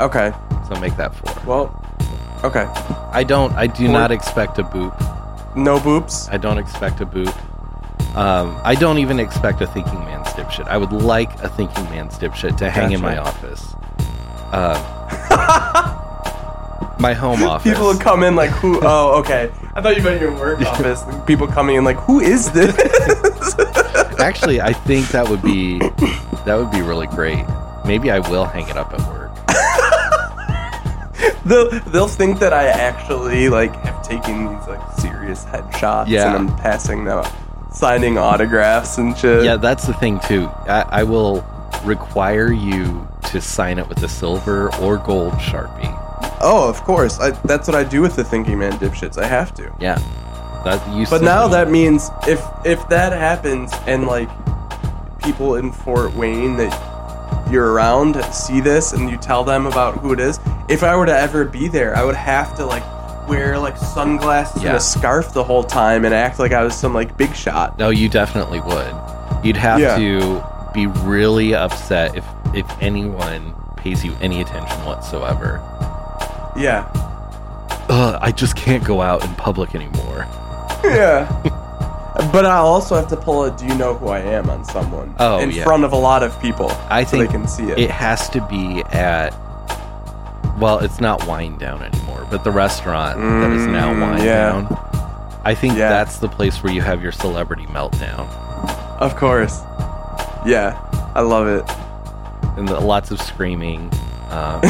[SPEAKER 3] okay,
[SPEAKER 7] So make that four.
[SPEAKER 3] well, okay,
[SPEAKER 7] I don't. I do
[SPEAKER 3] Four.
[SPEAKER 7] not expect a boop.
[SPEAKER 3] no boops.
[SPEAKER 7] I don't expect a boop. Um, I don't even expect a thinking man's dipshit. I would like a thinking man's dipshit to hang in my
[SPEAKER 3] Gotcha.
[SPEAKER 7] office.
[SPEAKER 3] [laughs]
[SPEAKER 7] Uh, my home office.
[SPEAKER 3] People come in like who? Oh, okay. I thought you meant your
[SPEAKER 7] [laughs]
[SPEAKER 3] work office. People coming in like, who is this? [laughs]
[SPEAKER 7] Actually, I think that would be that would be really great. Maybe I will hang it up at work.
[SPEAKER 3] they'll they'll think that I actually like have taken these like serious headshots
[SPEAKER 7] Yeah.
[SPEAKER 3] and I'm passing them, out, signing autographs and shit.
[SPEAKER 7] Yeah, that's the thing too. I, I will require you to sign it with a silver or gold sharpie.
[SPEAKER 3] Oh, of course. I, that's what I do with the Thinking Man dipshits. I have to.
[SPEAKER 7] Yeah, that you.
[SPEAKER 3] But now
[SPEAKER 7] simply-
[SPEAKER 3] that means if if that happens and like people in Fort Wayne that you're around see this and you tell them about who it is, if I were to ever be there, I would have to like wear like sunglasses and
[SPEAKER 7] Yeah.
[SPEAKER 3] a scarf the whole time and act like I was some like big shot.
[SPEAKER 7] No, you definitely would. You'd have
[SPEAKER 3] Yeah.
[SPEAKER 7] to be really upset if if anyone pays you any attention whatsoever.
[SPEAKER 3] Yeah.
[SPEAKER 7] Ugh, I just can't go out in public anymore.
[SPEAKER 3] Yeah. But I also have to pull a "Do you know who I am?" on someone
[SPEAKER 7] Oh,
[SPEAKER 3] in
[SPEAKER 7] yeah.
[SPEAKER 3] front of a lot of people,
[SPEAKER 7] I
[SPEAKER 3] so
[SPEAKER 7] think
[SPEAKER 3] they can see it.
[SPEAKER 7] It has to be at well, it's not wine down anymore, but the restaurant that is now
[SPEAKER 3] Mm,
[SPEAKER 7] wine
[SPEAKER 3] yeah.
[SPEAKER 7] down. I think
[SPEAKER 3] Yeah.
[SPEAKER 7] that's the place where you have your celebrity meltdown
[SPEAKER 3] Of course. Yeah, I love it.
[SPEAKER 7] and the, lots of screaming.
[SPEAKER 3] [laughs]
[SPEAKER 7] Um,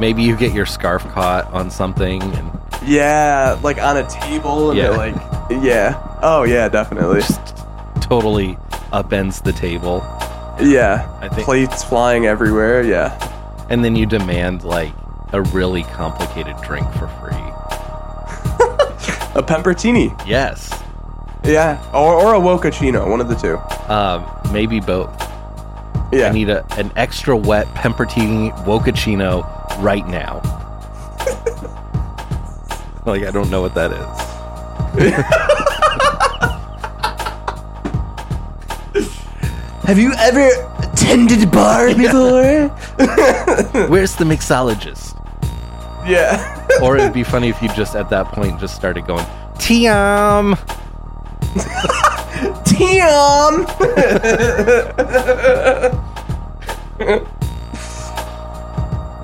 [SPEAKER 7] maybe you get your scarf caught on something and
[SPEAKER 3] Yeah, like on a table and
[SPEAKER 7] Yeah.
[SPEAKER 3] they're like, yeah. Oh yeah, definitely.
[SPEAKER 7] just totally upends the table.
[SPEAKER 3] Yeah,
[SPEAKER 7] I think-
[SPEAKER 3] plates flying everywhere. Yeah.
[SPEAKER 7] and then you demand like a really complicated drink for free.
[SPEAKER 3] A pempertini.
[SPEAKER 7] Yes,
[SPEAKER 3] Yeah, or or a wokachino, one of the two.
[SPEAKER 7] um, maybe both. I
[SPEAKER 3] Yeah.
[SPEAKER 7] need a, an extra wet peppertini wokachino right now. [laughs] like I don't know what that is.
[SPEAKER 3] Have you ever attended bar before?
[SPEAKER 7] [laughs] Where's the mixologist?
[SPEAKER 3] yeah. [laughs]
[SPEAKER 7] Or it'd be funny if you just at that point just started going Tiam.
[SPEAKER 3] Damn.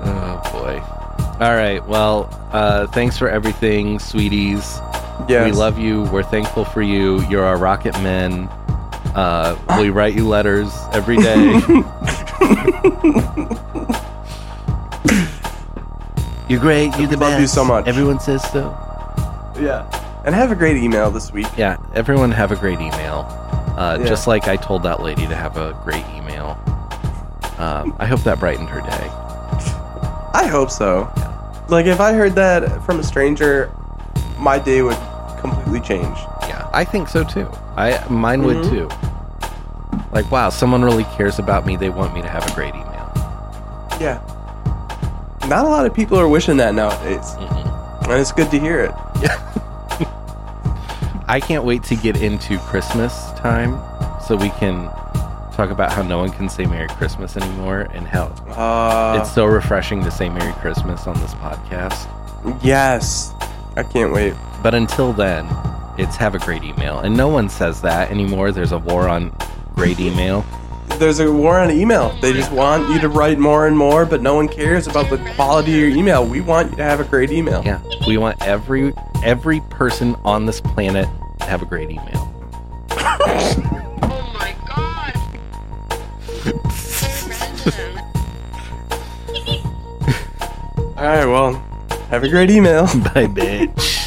[SPEAKER 7] Oh boy. All right. Well, uh, thanks for everything, sweeties.
[SPEAKER 3] Yeah.
[SPEAKER 7] We love you. We're thankful for you. You're our rocket men. Uh, [gasps] we write you letters every day.
[SPEAKER 1] You're great. You're the best.
[SPEAKER 3] Love you so much.
[SPEAKER 1] Everyone says so.
[SPEAKER 3] Yeah. And have a great email this week.
[SPEAKER 7] yeah, everyone have a great email. Uh,
[SPEAKER 3] Yeah.
[SPEAKER 7] Just like I told that lady to have a great email. Um, I hope that brightened her day.
[SPEAKER 3] I hope so. Like if I heard that from a stranger, my day would completely change.
[SPEAKER 7] Yeah, I think so too. I mine would
[SPEAKER 3] Mm-hmm.
[SPEAKER 7] too. Like, wow, someone really cares about me. They want me to have a great email.
[SPEAKER 3] Yeah. Not a lot of people are wishing that nowadays,
[SPEAKER 7] Mhm.
[SPEAKER 3] and it's good to hear it.
[SPEAKER 7] I can't wait to get into Christmas time, so we can talk about how no one can say Merry Christmas anymore and how
[SPEAKER 3] Uh,
[SPEAKER 7] It's so refreshing to say Merry Christmas on this podcast.
[SPEAKER 3] yes. I can't wait.
[SPEAKER 7] But until then, it's have a great email. And no one says that anymore. There's a war on great email.
[SPEAKER 3] There's a war on email. They just want you to write more and more, but no one cares about the quality of your email. We want you to have a great email.
[SPEAKER 7] Yeah. We want every every person on this planet to have a great email. [laughs]
[SPEAKER 11] Oh my god. Too random.
[SPEAKER 3] All right, well, have a great email. [laughs]
[SPEAKER 7] Bye bitch.